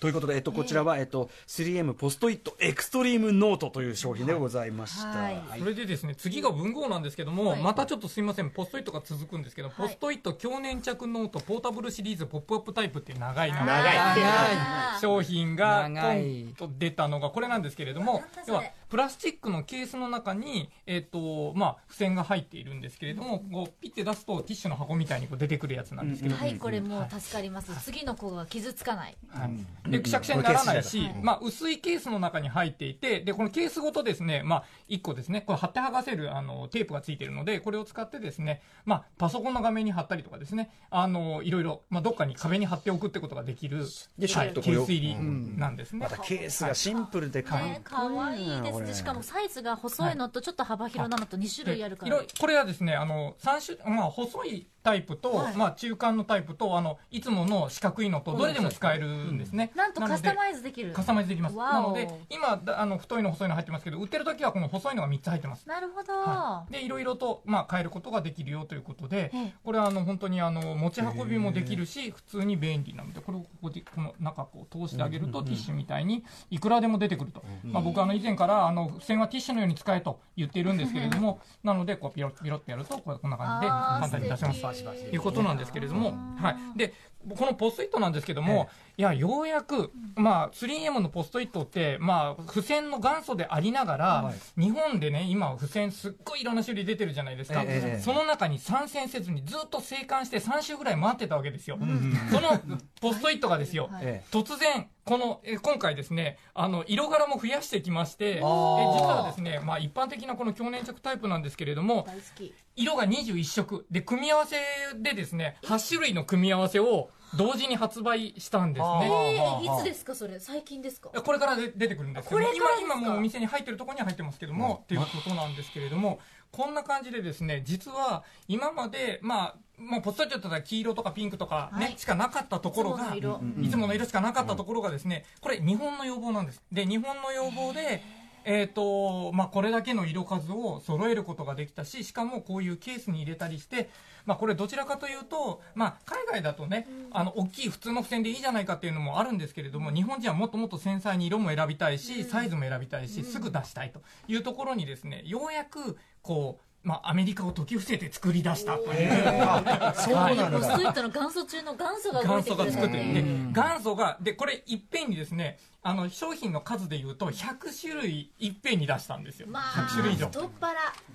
ということで、えっと、こちらは、えっと、3M ポストイットエクストリームノートという商品でございました、
はい
はい
それでですね次が文豪なんですけども、
はい
またちょっとすみませんポストイットが続くんですけど、
い
ポストイット強粘着ノートポータブルシリーズポップアップタイプっていう長い名前
長い。
あー
商品がポ
長い
ンと出たのがこれなんですけれど
な
も
んだ、そ
要
れ
はプラスチックのケースの中に、えっとまあ、付箋が入っているんですけれども、こうピッて出すとティッシュの箱みたいにこう出てくるやつなんですけど、
はいこれもう助かります、次の子が傷つかない
はいでくしゃくしゃにならないし、まあ、薄いケースの中に入っていて、でこのケースごとですね、まあ、1個ですね、これ貼って剥がせるあのテープがついてるので、これを使ってですね、まあ、パソコンの画面に貼ったりとかですね、あのいろいろ、まあ、どっかに壁に貼っておくってことができる、
でちょ
は
っ
い、
と
ケ
これを
ース入りなんですね。
またケースがシンプルで簡
ね可
単
愛いですねしかもサイズが細いのとちょっと幅広なのと2種類あるか
い
ら
ろいろこれはですねあの三種、まあ、細いタイプと、
はい
まあ、中間のタイプとあのいつもの四角いのとどれでも使えるんですね、
なんとカスタ
イ
マイズできる
カスタマイズできます
わ
な
お
ので今だあの太いの細いの入ってますけど売ってる時はこの細いのが3つ入ってます
なるほど、
はい、でいろいろと、まあ、変えることができるよということで、
ええ
これはあの本当にあの持ち運びもできるし、普通に便利なので、これをここでこの中こう通してあげると、ティッシュみたいにいくらでも出てくると、まあ、僕、あの以前からあの付箋はティッシュのように使えと言っているんですけれども、なのでこうピロッピロッてやると、こうこんな感じで
あー
簡単に出せます
素敵
ということなんですけれども、はい、でこのポストイットなんですけども、いやようやく、まあ、3M のポストイットって、まあ、付箋の元祖でありながら、日本でね、今、付箋、すっごいいろんな種類出てるじゃないですか、
ええ
その中に参戦せずに、ずっと生還して3週ぐらい待ってたわけですよ、その ポストイットがですよ、
はい
え
突然、このえ今回ですねあの、色柄も増やしてきまして、え
ー
実はですね、まあ、一般的なこの強粘着タイプなんですけれども、
大好き
色が21色で組み合わせでですね8種類の組み合わせを同時に発売したんですね
えー、いつですかそれ最近ですか
これからで出てくるんですけ
こ
ど
れからですか
今今もうお店に入ってるところには入ってますけどもっていうことなんですけれどもこんな感じでですね実は今までまあもうポストチョットだったら黄色とかピンクとかね、
はい
しかなかったところが
いつもの色
いつもの色しかなかったところがですね、これ日本の要望なんです。で、日本の要望で、えっ、と、まあ、これだけの色数を揃えることができたし、しかもこういうケースに入れたりして、まあ、これどちらかというと、まあ、海外だとね、あの、大きい普通の付箋でいいじゃないかっていうのもあるんですけれども、日本人はもっともっと繊細に色も選びたいし、サイズも選びたいし、すぐ出したいというところにですね、ようやく、こう、まあ、アメリカを解き伏せて作り出したという。
そうなんだ
ポストイットの元祖中の元祖が動い
元
て
祖
く
が
れた
作ってるで
ね
元祖がでこれいっぺんにですねあの商品の数でいうと100種類いっぺんに出したんですよ、
まあ
100種類以上
太っ腹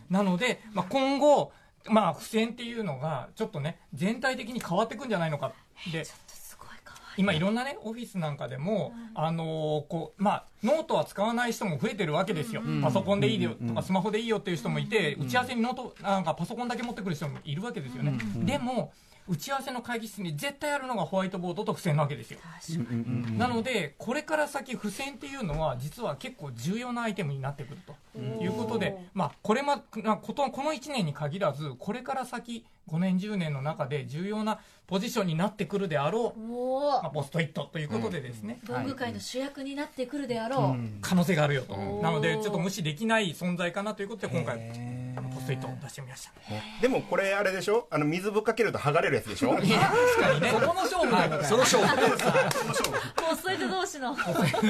なので、まあ、今後まあ付箋っていうのがちょっとね全体的に変わっていくんじゃないのかで
すごい可
今いろんなねオフィスなんかでも、あのーこうまあノートは使わない人も増えてるわけですよ、パソコンでいいよとか、スマホでいいよっていう人もいて、打ち合わせにノートなんかパソコンだけ持ってくる人もいるわけですよね、でも打ち合わせの会議室に絶対あるのがホワイトボードと付箋なわけですよ。なので、これから先、付箋っていうのは、実は結構重要なアイテムになってくるということで、まあ、これま、なこと、この1年に限らず、これから先、5年、10年の中で重要なポジションになってくるであろう、
おお
まあ、ポストイットということでですね、
文具界の主役になってくるであろ
可能性があるよと。
ん
なので、ちょっと無視できない存在かなということで、今回、あのポストイットを出してみました。
でもこれあれでしょあの水ぶっかけると剥がれるやつでしょ
確かにね。そこの勝負なの
その勝負
うポストイット同士の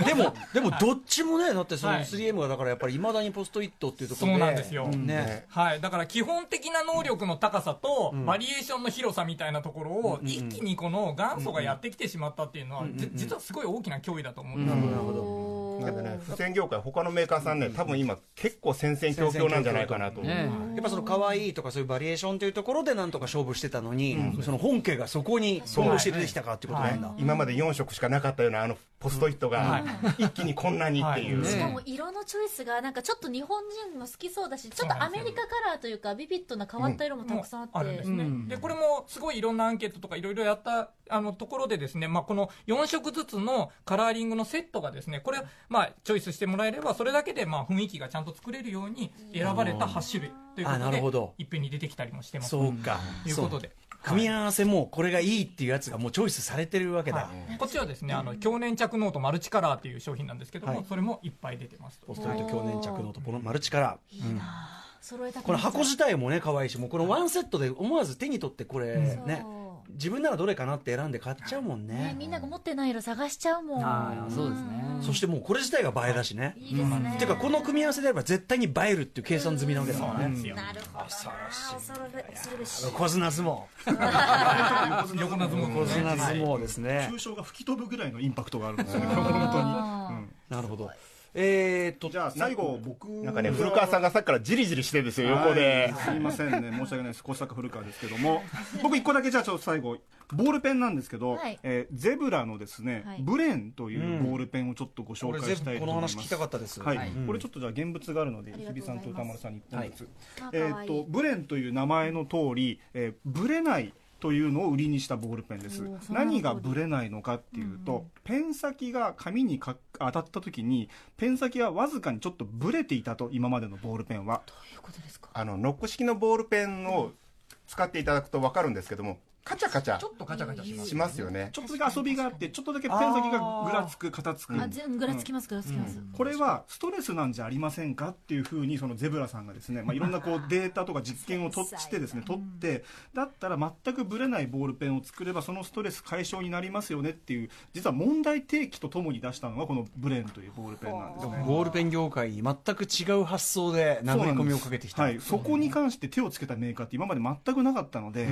でも、でもどっちもね、だってその
はい
3M がだからやっぱりいまだにポストイットっていうところ
そうなんですよ。
ね。
はい、だから基本的な能力の高さと、バリエーションの広さみたいなところを、一気にこの元祖がやってきてしまったっていうのは、じ実はすごい大きな脅威だと思うんですよ。
お
だから
ー
ね付箋業界他のメーカーさんね多分今結構戦々恐々なんじゃないかなと思う
ね
やっぱその可愛いとかそういうバリエーションというところでなんとか勝負してたのに、その本家がそこに総合して出てきたかってことなんだ。
今まで4色しかなかったようなあのポストイットが一気にこんなにっていう、
はい
しかも色のチョイスがなんかちょっと日本人も好きそうだしちょっとアメリカカラーというかビビッドな変わった色もたくさんあって、
るんですね、でこれもすごいいろんなアンケートとかいろいろやったあのところでですね、まあ、この4色ずつのカラーリングのセットがですねこれ、まあ、チョイスしてもらえればそれだけでまあ雰囲気がちゃんと作れるように選ばれた8種類ということ
あ
で
なるほど
いっぺんに出てきたりもしてます
そうか、
ということで。
組み合わせもこれがいいっていうやつがもうチョイスされてるわけだ、
はい、こっちはですね、あの強粘着ノートマルチカラーっていう商品なんですけども、
はい
それもいっぱい出てますと
ポストイット強粘着のとこのマルチカラー
揃えたく
こ
な
の
っちゃう
箱自体もね可愛いしもうこのワンセットで思わず手に取ってこれ
そう
ね自分ならどれかなって選んで買っちゃうもん
ね
ね
みんなが持ってない色探しちゃうもん
ああそうですね
そしてもうこれ自体が映えだしね
いいですね
ていうかこの組み合わせであれば絶対に映えるっていう計算済みなわけだもんね、
なるほどな恐るべ恐るべし
小綱相撲
横綱相撲
小綱相撲ですね、
抽象が吹き飛ぶぐらいのインパクトがあるんですよね、 これ本当に。
なるほどえー、っと
うんじゃあ最後、僕が
なんかね古川さんがさっきからじりじりしてるんですよ横で
は、いすいませんね申し訳ないです小坂古川ですけども僕一個だけじゃあちょっと最後ボールペンなんですけど、
はい
えーゼブラのですね、
はい
ブレンというボールペンをちょっとご紹
これ
介
全
したい
部
と
こ
思
の
いま
話聞
す、
きたかったです、
はい
はい
これちょっとじゃあ現物があるので
あり
日
がとう
比
ござ
さ
い
ん
ます
と歌丸さんに1本ずつ、
あ
え
可愛
ー、
い
とブレンという名前の通り、えーブレないというのを売りにしたボールペンです
おーそんなの
何がブレないのかっていうと、ペン先が紙にか当たった時にペン先はわずかにちょっとブレていたと今までのボールペンは
どういうことですか
あのノック式のボールペンを使っていただくと分かるんですけどもカチャカチャ
ちょっとカチャカチャします
しますよね
ちょっとだけ遊びがあってちょっとだけペン先がぐらつく肩つく
あ全ぐらつきますぐらつきます、
これはストレスなんじゃありませんかっていうふうにそのゼブラさんがですね、まあ、いろんな こうデータとか実験をとしてですね取ってだったら全くぶれないボールペンを作ればそのストレス解消になりますよねっていう実は問題提起とともに出したのがこのブレンというボールペンなんですね。
ボールペン業界に全く違う発想で
そう
殴り
なんです
込みをかけてきた、
はい、そこに関して手をつけたメーカーって今まで全くなかったので、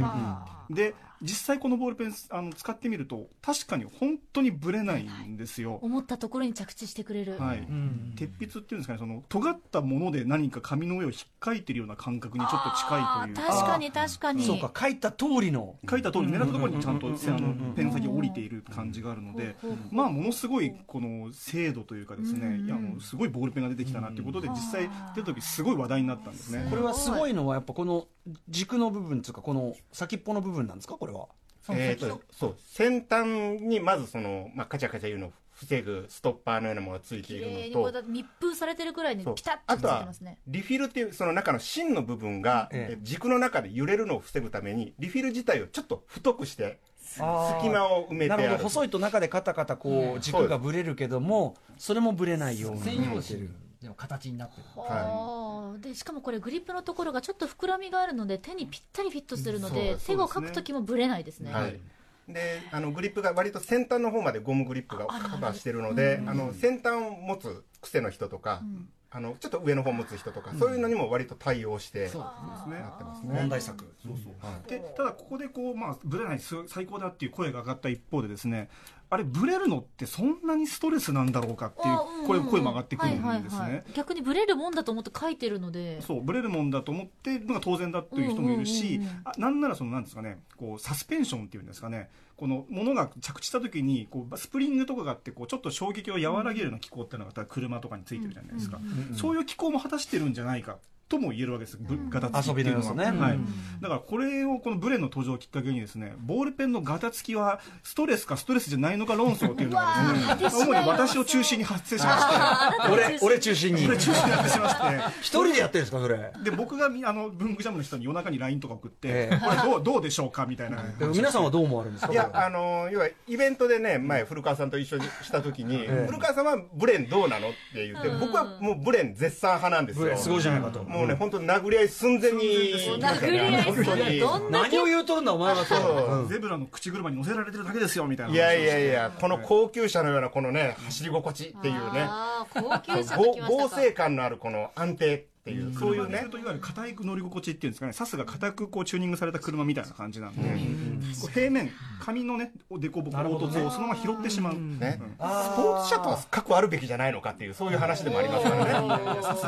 で実際このボールペンあの使ってみると確かに本当にぶれないんですよ。
思ったところに着地してくれる、
はい鉄筆っていうんですかねその尖ったもので何か紙の上をひっかいてるような感覚にちょっと近いという
あー確かに確かに
そうか書いた通りの
書いた通り狙ったところにちゃんとせあのペン先が降りている感じがあるのでまあものすごいこの精度というかですねいやもうすごいボールペンが出てきたなということで実際出た時すごい話題になったんですね
これはすごいのはやっぱこの軸の部分っていうかこの先っぽの部分なんですかこれは
その
え
先
ー
の
とそう先端にまずその、まあ、カチャカチャいうのを防ぐストッパーのようなものがついてい
綺麗
る
にこ
の
う
と
だって密封されてるくらいに
そう
ピタッ
あ
とつい
と
て
は
ますね
リフィルっていうその中の芯の部分が、
ええ
え軸の中で揺れるのを防ぐためにリフィル自体をちょっと太くして隙間を埋めて
な
あ
る
る
ほど細いと中でカタカタこう軸がぶれるけどもそれもぶれないように
専用紙でも形になってる
あーでしかもこれグリップのところがちょっと膨らみがあるので手にぴったりフィットするので
そ
手
う
を描く時もぶれないですね、
はい、であのグリップが割と先端の方までゴムグリップがカバーしてるのであの先端を持つ癖の人とか、あのちょっと上の方を持つ人とか、そういうのにも割と対応して
そうですね
なってますね。
問題作
そうそうでただここでこう、まあ、ブレないす最高だっていう声が上がった一方でですねあれブレるのってそんなにストレスなんだろうかっていう
あーうん
これ声も上がってくるん
はい
です
はいは
ね
い、逆にブレるもんだと思って書いてるので
そうブレるもんだと思ってるのが当然だという人もいるし、
うんうんうんうん
あなんならそのなんですかねこうサスペンションっていうんですかねこのものが着地した時にこうスプリングとかがあってこうちょっと衝撃を和らげるような機構っていうのが多分車とかについてるじゃないですか、そういう機構も果たしてるんじゃないかとも言えるわけです、ぶガタつき
遊
って
び
い
の
うの
要
は
素ね
はい、だからこれをこのブレの登場をきっかけにですねボールペンのガタつきはストレスかストレスじゃないのか論争っていうのがですね主に私を中心に発生しまして
俺、俺中心に。
これ中心に発生しまして
一人でやってるんですか、それ。
で僕がみあの文具ジャムの人に夜中に LINE とか送って、
ええ
これどうどうでしょうかみたいな、
皆さんはどう思われるんですか
いや、あの要はイベントでね、前、古川さんと一緒にしたときに、
ええ
古川さんはブレンどうなのって言って、僕はもうブレン絶賛派なんです
ブレ
よ。
すごいじゃないかと。
もうね、本当に殴り合い寸前に。
殴り合いするどんな
何を言うとるんだ、お前は
そう
と。
ゼブラの口車に乗せられてるだけですよみたいな話
いやいやいや、この高級車のようなこのね、走り心地っていうね、
あー高級車と
ご
きました
合
か
成感のあるこの安定っていう、そういうね
車、といわゆる硬い乗り心地っていうんですかね、サスが硬くこうチューニングされた車みたいな感じなんで、こう平面、紙のね、凸凹凹凸をそのまま拾ってしまう。
ね、スポーツ車とはかくあるべきじゃないのかっていう、そういう話でもありますからね。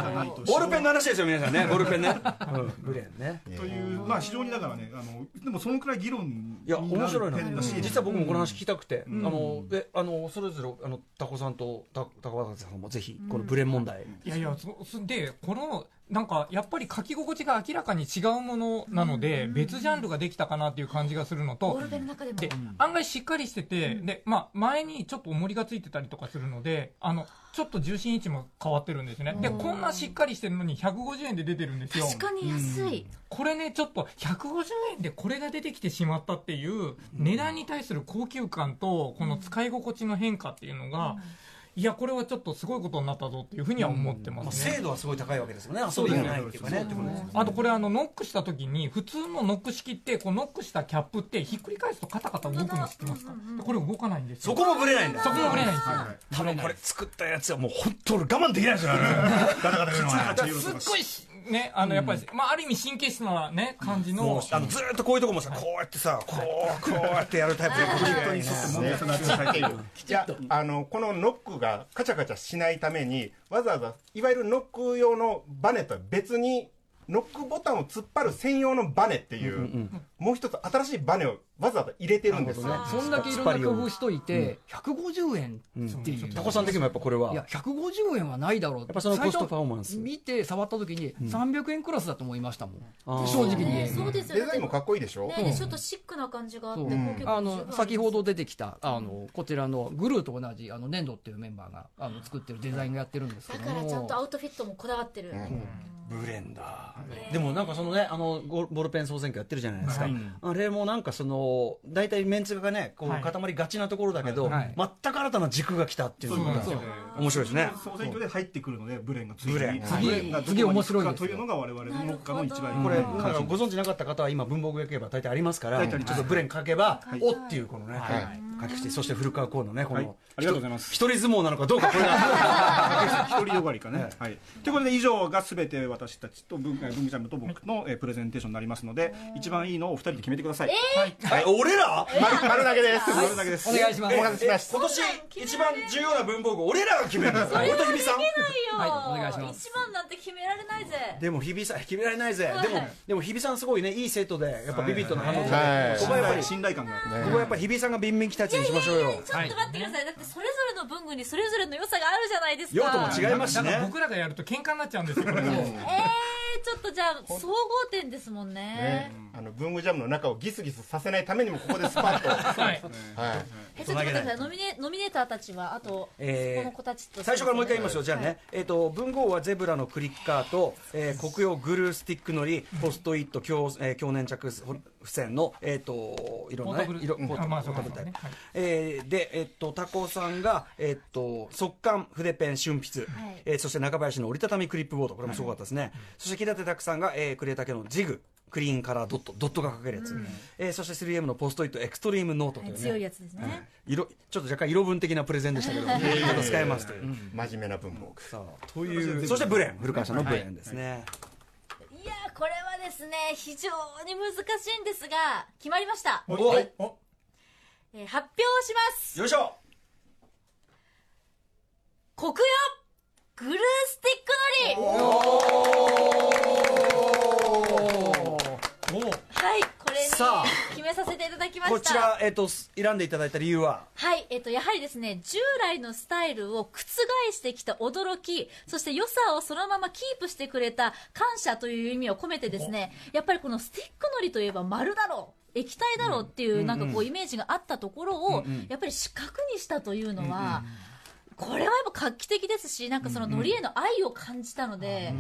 ボールペンの話ですよ、皆さんね。ボールペンね。うん、ブレンね。
という、まあ非常にだからね、あの、でもそのくらい議論
いや
に
面
な
白
る
いな、
点だし、
実は僕もこの話聞きたくて、あのえあのそれぞれあのタコさんとタタコバさんもぜひこのブレン問題、
いやいや、そそで、この、なんか、やっぱり書き心地が明らかに違うものなので、別ジャンルができたかなっていう感じがするのと、
ボールペンの中でも
で、案外しっかりしてて、で、まあ、前にちょっと重りがついてたりとかするので、あの、ちょっと重心位置も変わってるんですね。で、こんなしっかりしてるのに150円で出てるんですよ。
確かに安い
これね、ちょっと150円でこれが出てきてしまったっていう、値段に対する高級感と、この使い心地の変化っていうのが、いや、これはちょっとすごいことになったぞっていうふうには思って
ま
ま
あ、
すね。
精度はすごい高いわけですよね遊びがないっていうかね
あとこれあのノックした時に普通のノック式ってこうノックしたキャップってひっくり返すとカタカタ動くの知ってますかでこれ動かないんです
そ
よ
こもブレないんだ
そこもぶれないんですよ
多分これ作ったやつはもう本当俺我慢できないですよね
ガタガタ言うのは
だからすっごいしねあのやっぱりまあある意味神経質なね感じの
あのずーっとこういうとこもさこうやってさこうこうやってやるタイプで
ポケットに沿って問題となって
っていういやあのこのノックがカチャカチャしないためにわざわざいわゆるノック用のバネとは別にノックボタンを突っ張る専用のバネっていう、もう一つ新しいバネをわざわざ入れてるんですね
そんだけいろんな工夫しといて、150円っていう、
タコさん的にもやっぱこれはい
や、150円はないだろうやっ
ぱそのコストパフォーマンス
見て、触った時に、300円クラスだと思いましたもん、正直に言え
そうですよ
デザインもかっこいいでしょ、
ねねちょっとシックな感じがあって
そう
高級感
あの先ほど出てきたあのこちらのグルーと同じあの粘土っていうメンバーがあの作ってるデザインがやってるんですけ
だ
ど
からちゃん
も
とアウトフィットもこだわってる、
ブレンだでもなんかそのねあのゴボールペン総選挙やってるじゃないですか、あれもなんかその大体メンツがねこう固まりがちなところだけど、
はい
全く新たな軸が来たっていうのが
そう
面白いですね
総選挙で入ってくるので、ブレンが次
ブレン
に、
次
がどこ
次
まで
面
行
白
く
い
か
です
と
よ
いうのが我々の農家の一番
これ、
うん
なんかご存知なかった方は今文房具屋行けば大体ありますから、ちょっとブレン書けば、おっていうこのね、書き口そして古川光のねこの、
はいありがとうございます
一人相撲なのかどうかこれが
独りよがりかね。はい。ということで、以上がすべて私たちと文化、文化ジャムと僕のえープレゼンテーションになりますので、一番いいのをお二人で決めてください。はい。
え俺ら
丸丸投げです、
それだけです。
お願いしま
お
す
待たせしました
今年一番重要な文房具を俺らが決めるんです俺と日比さん
はいお願いします
一番なんて決められないぜ
でも日比さん決められないぜ、
はい
でもでも日比さんすごいねいい生徒でやっぱビビットな彼女で、
はい
こ
信
こはやっぱ
頼
り
信頼感が。
ここはやっぱ日比さんがビンビン来たちにしましょうよ
ちょっと待ってください、だってそれぞれの文具にそれぞれの良さがあるじゃないですか
用途も違いますし
だから
ね
僕らがやると喧嘩になっちゃうんですよこれ
えー、ちょっとじゃあ総合点ですもんね
ねあの文具ジャムの中をギスギスさせないためにもここでスパッと、は
はい
い、
えちょっと待ってくださいノミネノミネーターたちはあと、
えー
そこの子たちと
最初からもう一回言いますよ、じゃあね、
はい
えっ、と、文豪はゼブラのクリッカーと、えー黒曜グルースティックのり、ポストイット、強、えー、強粘着付箋の、えっ、と、いろんな、ね
ポートブ、ル
色、
うん
ポート
あまあ
ポートブル
そうですね
タイプ
はい
えーで、えっ、と、タコさんが、えっ、と、速乾、筆ペン、春筆、
はい
えーそして中林の折りたたみクリップボード、これもすごかったですね。そして、木立拓さんが、えー、クリエイター系のジグ。クリーンカラードット、ドットが書けるやつ。えーそして 3M のポストイット、エクストリームノートというね。
強いやつですね、
色ちょっと若干色分的なプレゼンでしたけ ど、また使えますという。
真面目な文房具
さあというそしてブレン古川さんのブレンですね、
いやーこれはですね非常に難しいんですが決まりました、
おはいお
えー発表します
よいしょ
黒曜グルースティックの
お
りはいこれに
さあ
決め
めさせていただきました
こちら、えっと選んでいただいた理由は
はい、えっと、やはりですね、従来のスタイルを覆してきた驚き、そして良さをそのままキープしてくれた感謝という意味を込めてですね、やっぱりこのスティックのりといえば丸だろう液体だろうっていうなんかこうイメージがあったところを、やっぱり四角にしたというのは、これはやっぱ画期的ですし、なんかその海苔への愛を感じたので、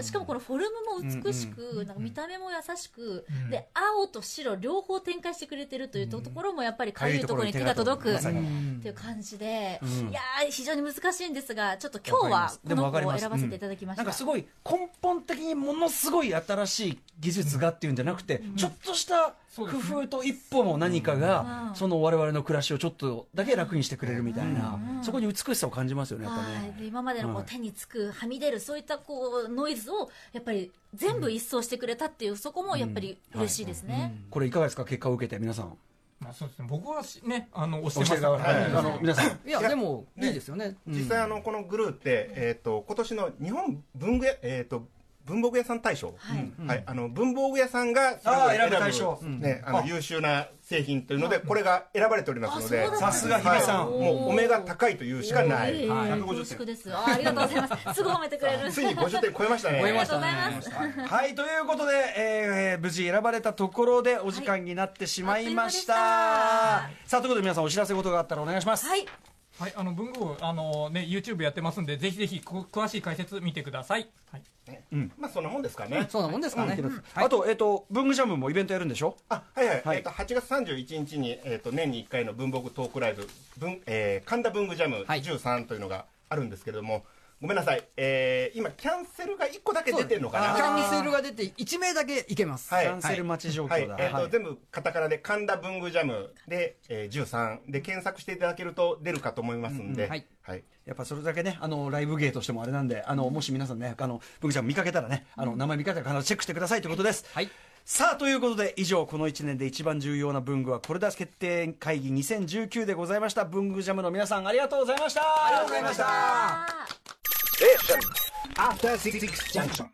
しかもこのフォルムも美しく、なんか見た目も優しく、で、青と白両方展開してくれてるというところもやっぱりかゆいところに手が届くっていう感じで、いやー、非常に難しいんですが、ちょっと今日はこの子を選ばせていただきました。
なんかすごい根本的にものすごい新しい技術がっていうんじゃなくて、ちょっとした工夫と一歩の何かが、
うん
その我々の暮らしをちょっとだけ楽にしてくれるみたいな、そこに美しさを感じますよねやっぱ
はい
ね。
で今までのこう手につく、はみ出る、そういったこうノイズをやっぱり全部一掃してくれたっていう、そこもやっぱり嬉しいですね。
これいかがですか結果を受けて皆さん
まあ、そうですね。僕はしね、あの、
教
押
え
してて
くだ
ます。
さい
はい
あの皆さん
いや、
いや
でも、
ね
いいですよね。うん
実際あのこのグルーって、えっと今年の日本文具屋えっ、と文房具屋さん大賞、
はい
うんはいあの文房具屋さんがそれぞれ
あー選ぶ大賞
ね、あの優秀な製品というので、これが選ばれておりますので
あそうなんださすが日
は
比
い
さん
もうお目が高いというしかない、
えー恐縮です。あーありがとうございます。すぐ褒めて くれる。
ついに50点超えましたね
ありがとうございます。
はいということで、えー無事選ばれたところでお時間になってしまいました,、
はいあっという間で
さあということで皆さんお知らせ事があったらお願いします、
はい。
はい、あの、文具を、あの、ね、YouTube やってますんで、ぜひぜひ、こ詳しい解説見てください。はい。
まあそんなもんですかね、
そうなもんですかね。うん
あと、えっ、と、文具ジャムもイベントやるんでしょ
あはいはい、
はい
えっと8月31日に、えっと年に1回の文房具トークライブ文、えー神田文具ジャム
はい
13というのがあるんですけれども、ごめんなさい、えー今キャンセルが1個だけ出てるのかな
キャンセルが出て1名だけいけます。
はい
キャンセル待ち状況だ。
はい、えーと
はい
全部カタカナで神田文具ジャムで、えー13で検索していただけると出るかと思いますんで、
うんはい
はい、
やっぱそれだけね、あの、ライブ芸としてもあれなんで、あの、もし皆さんね、あの、文具ジャム見かけたらね、あの、名前見かけたら必ずチェックしてくださいということです。
はい
さあ、ということで、以上、この1年で一番重要な文具はこれだ決定会議2019でございました。文具ジャムの皆さん、ありがとうございました。ありがとうございました。
After Six Junction.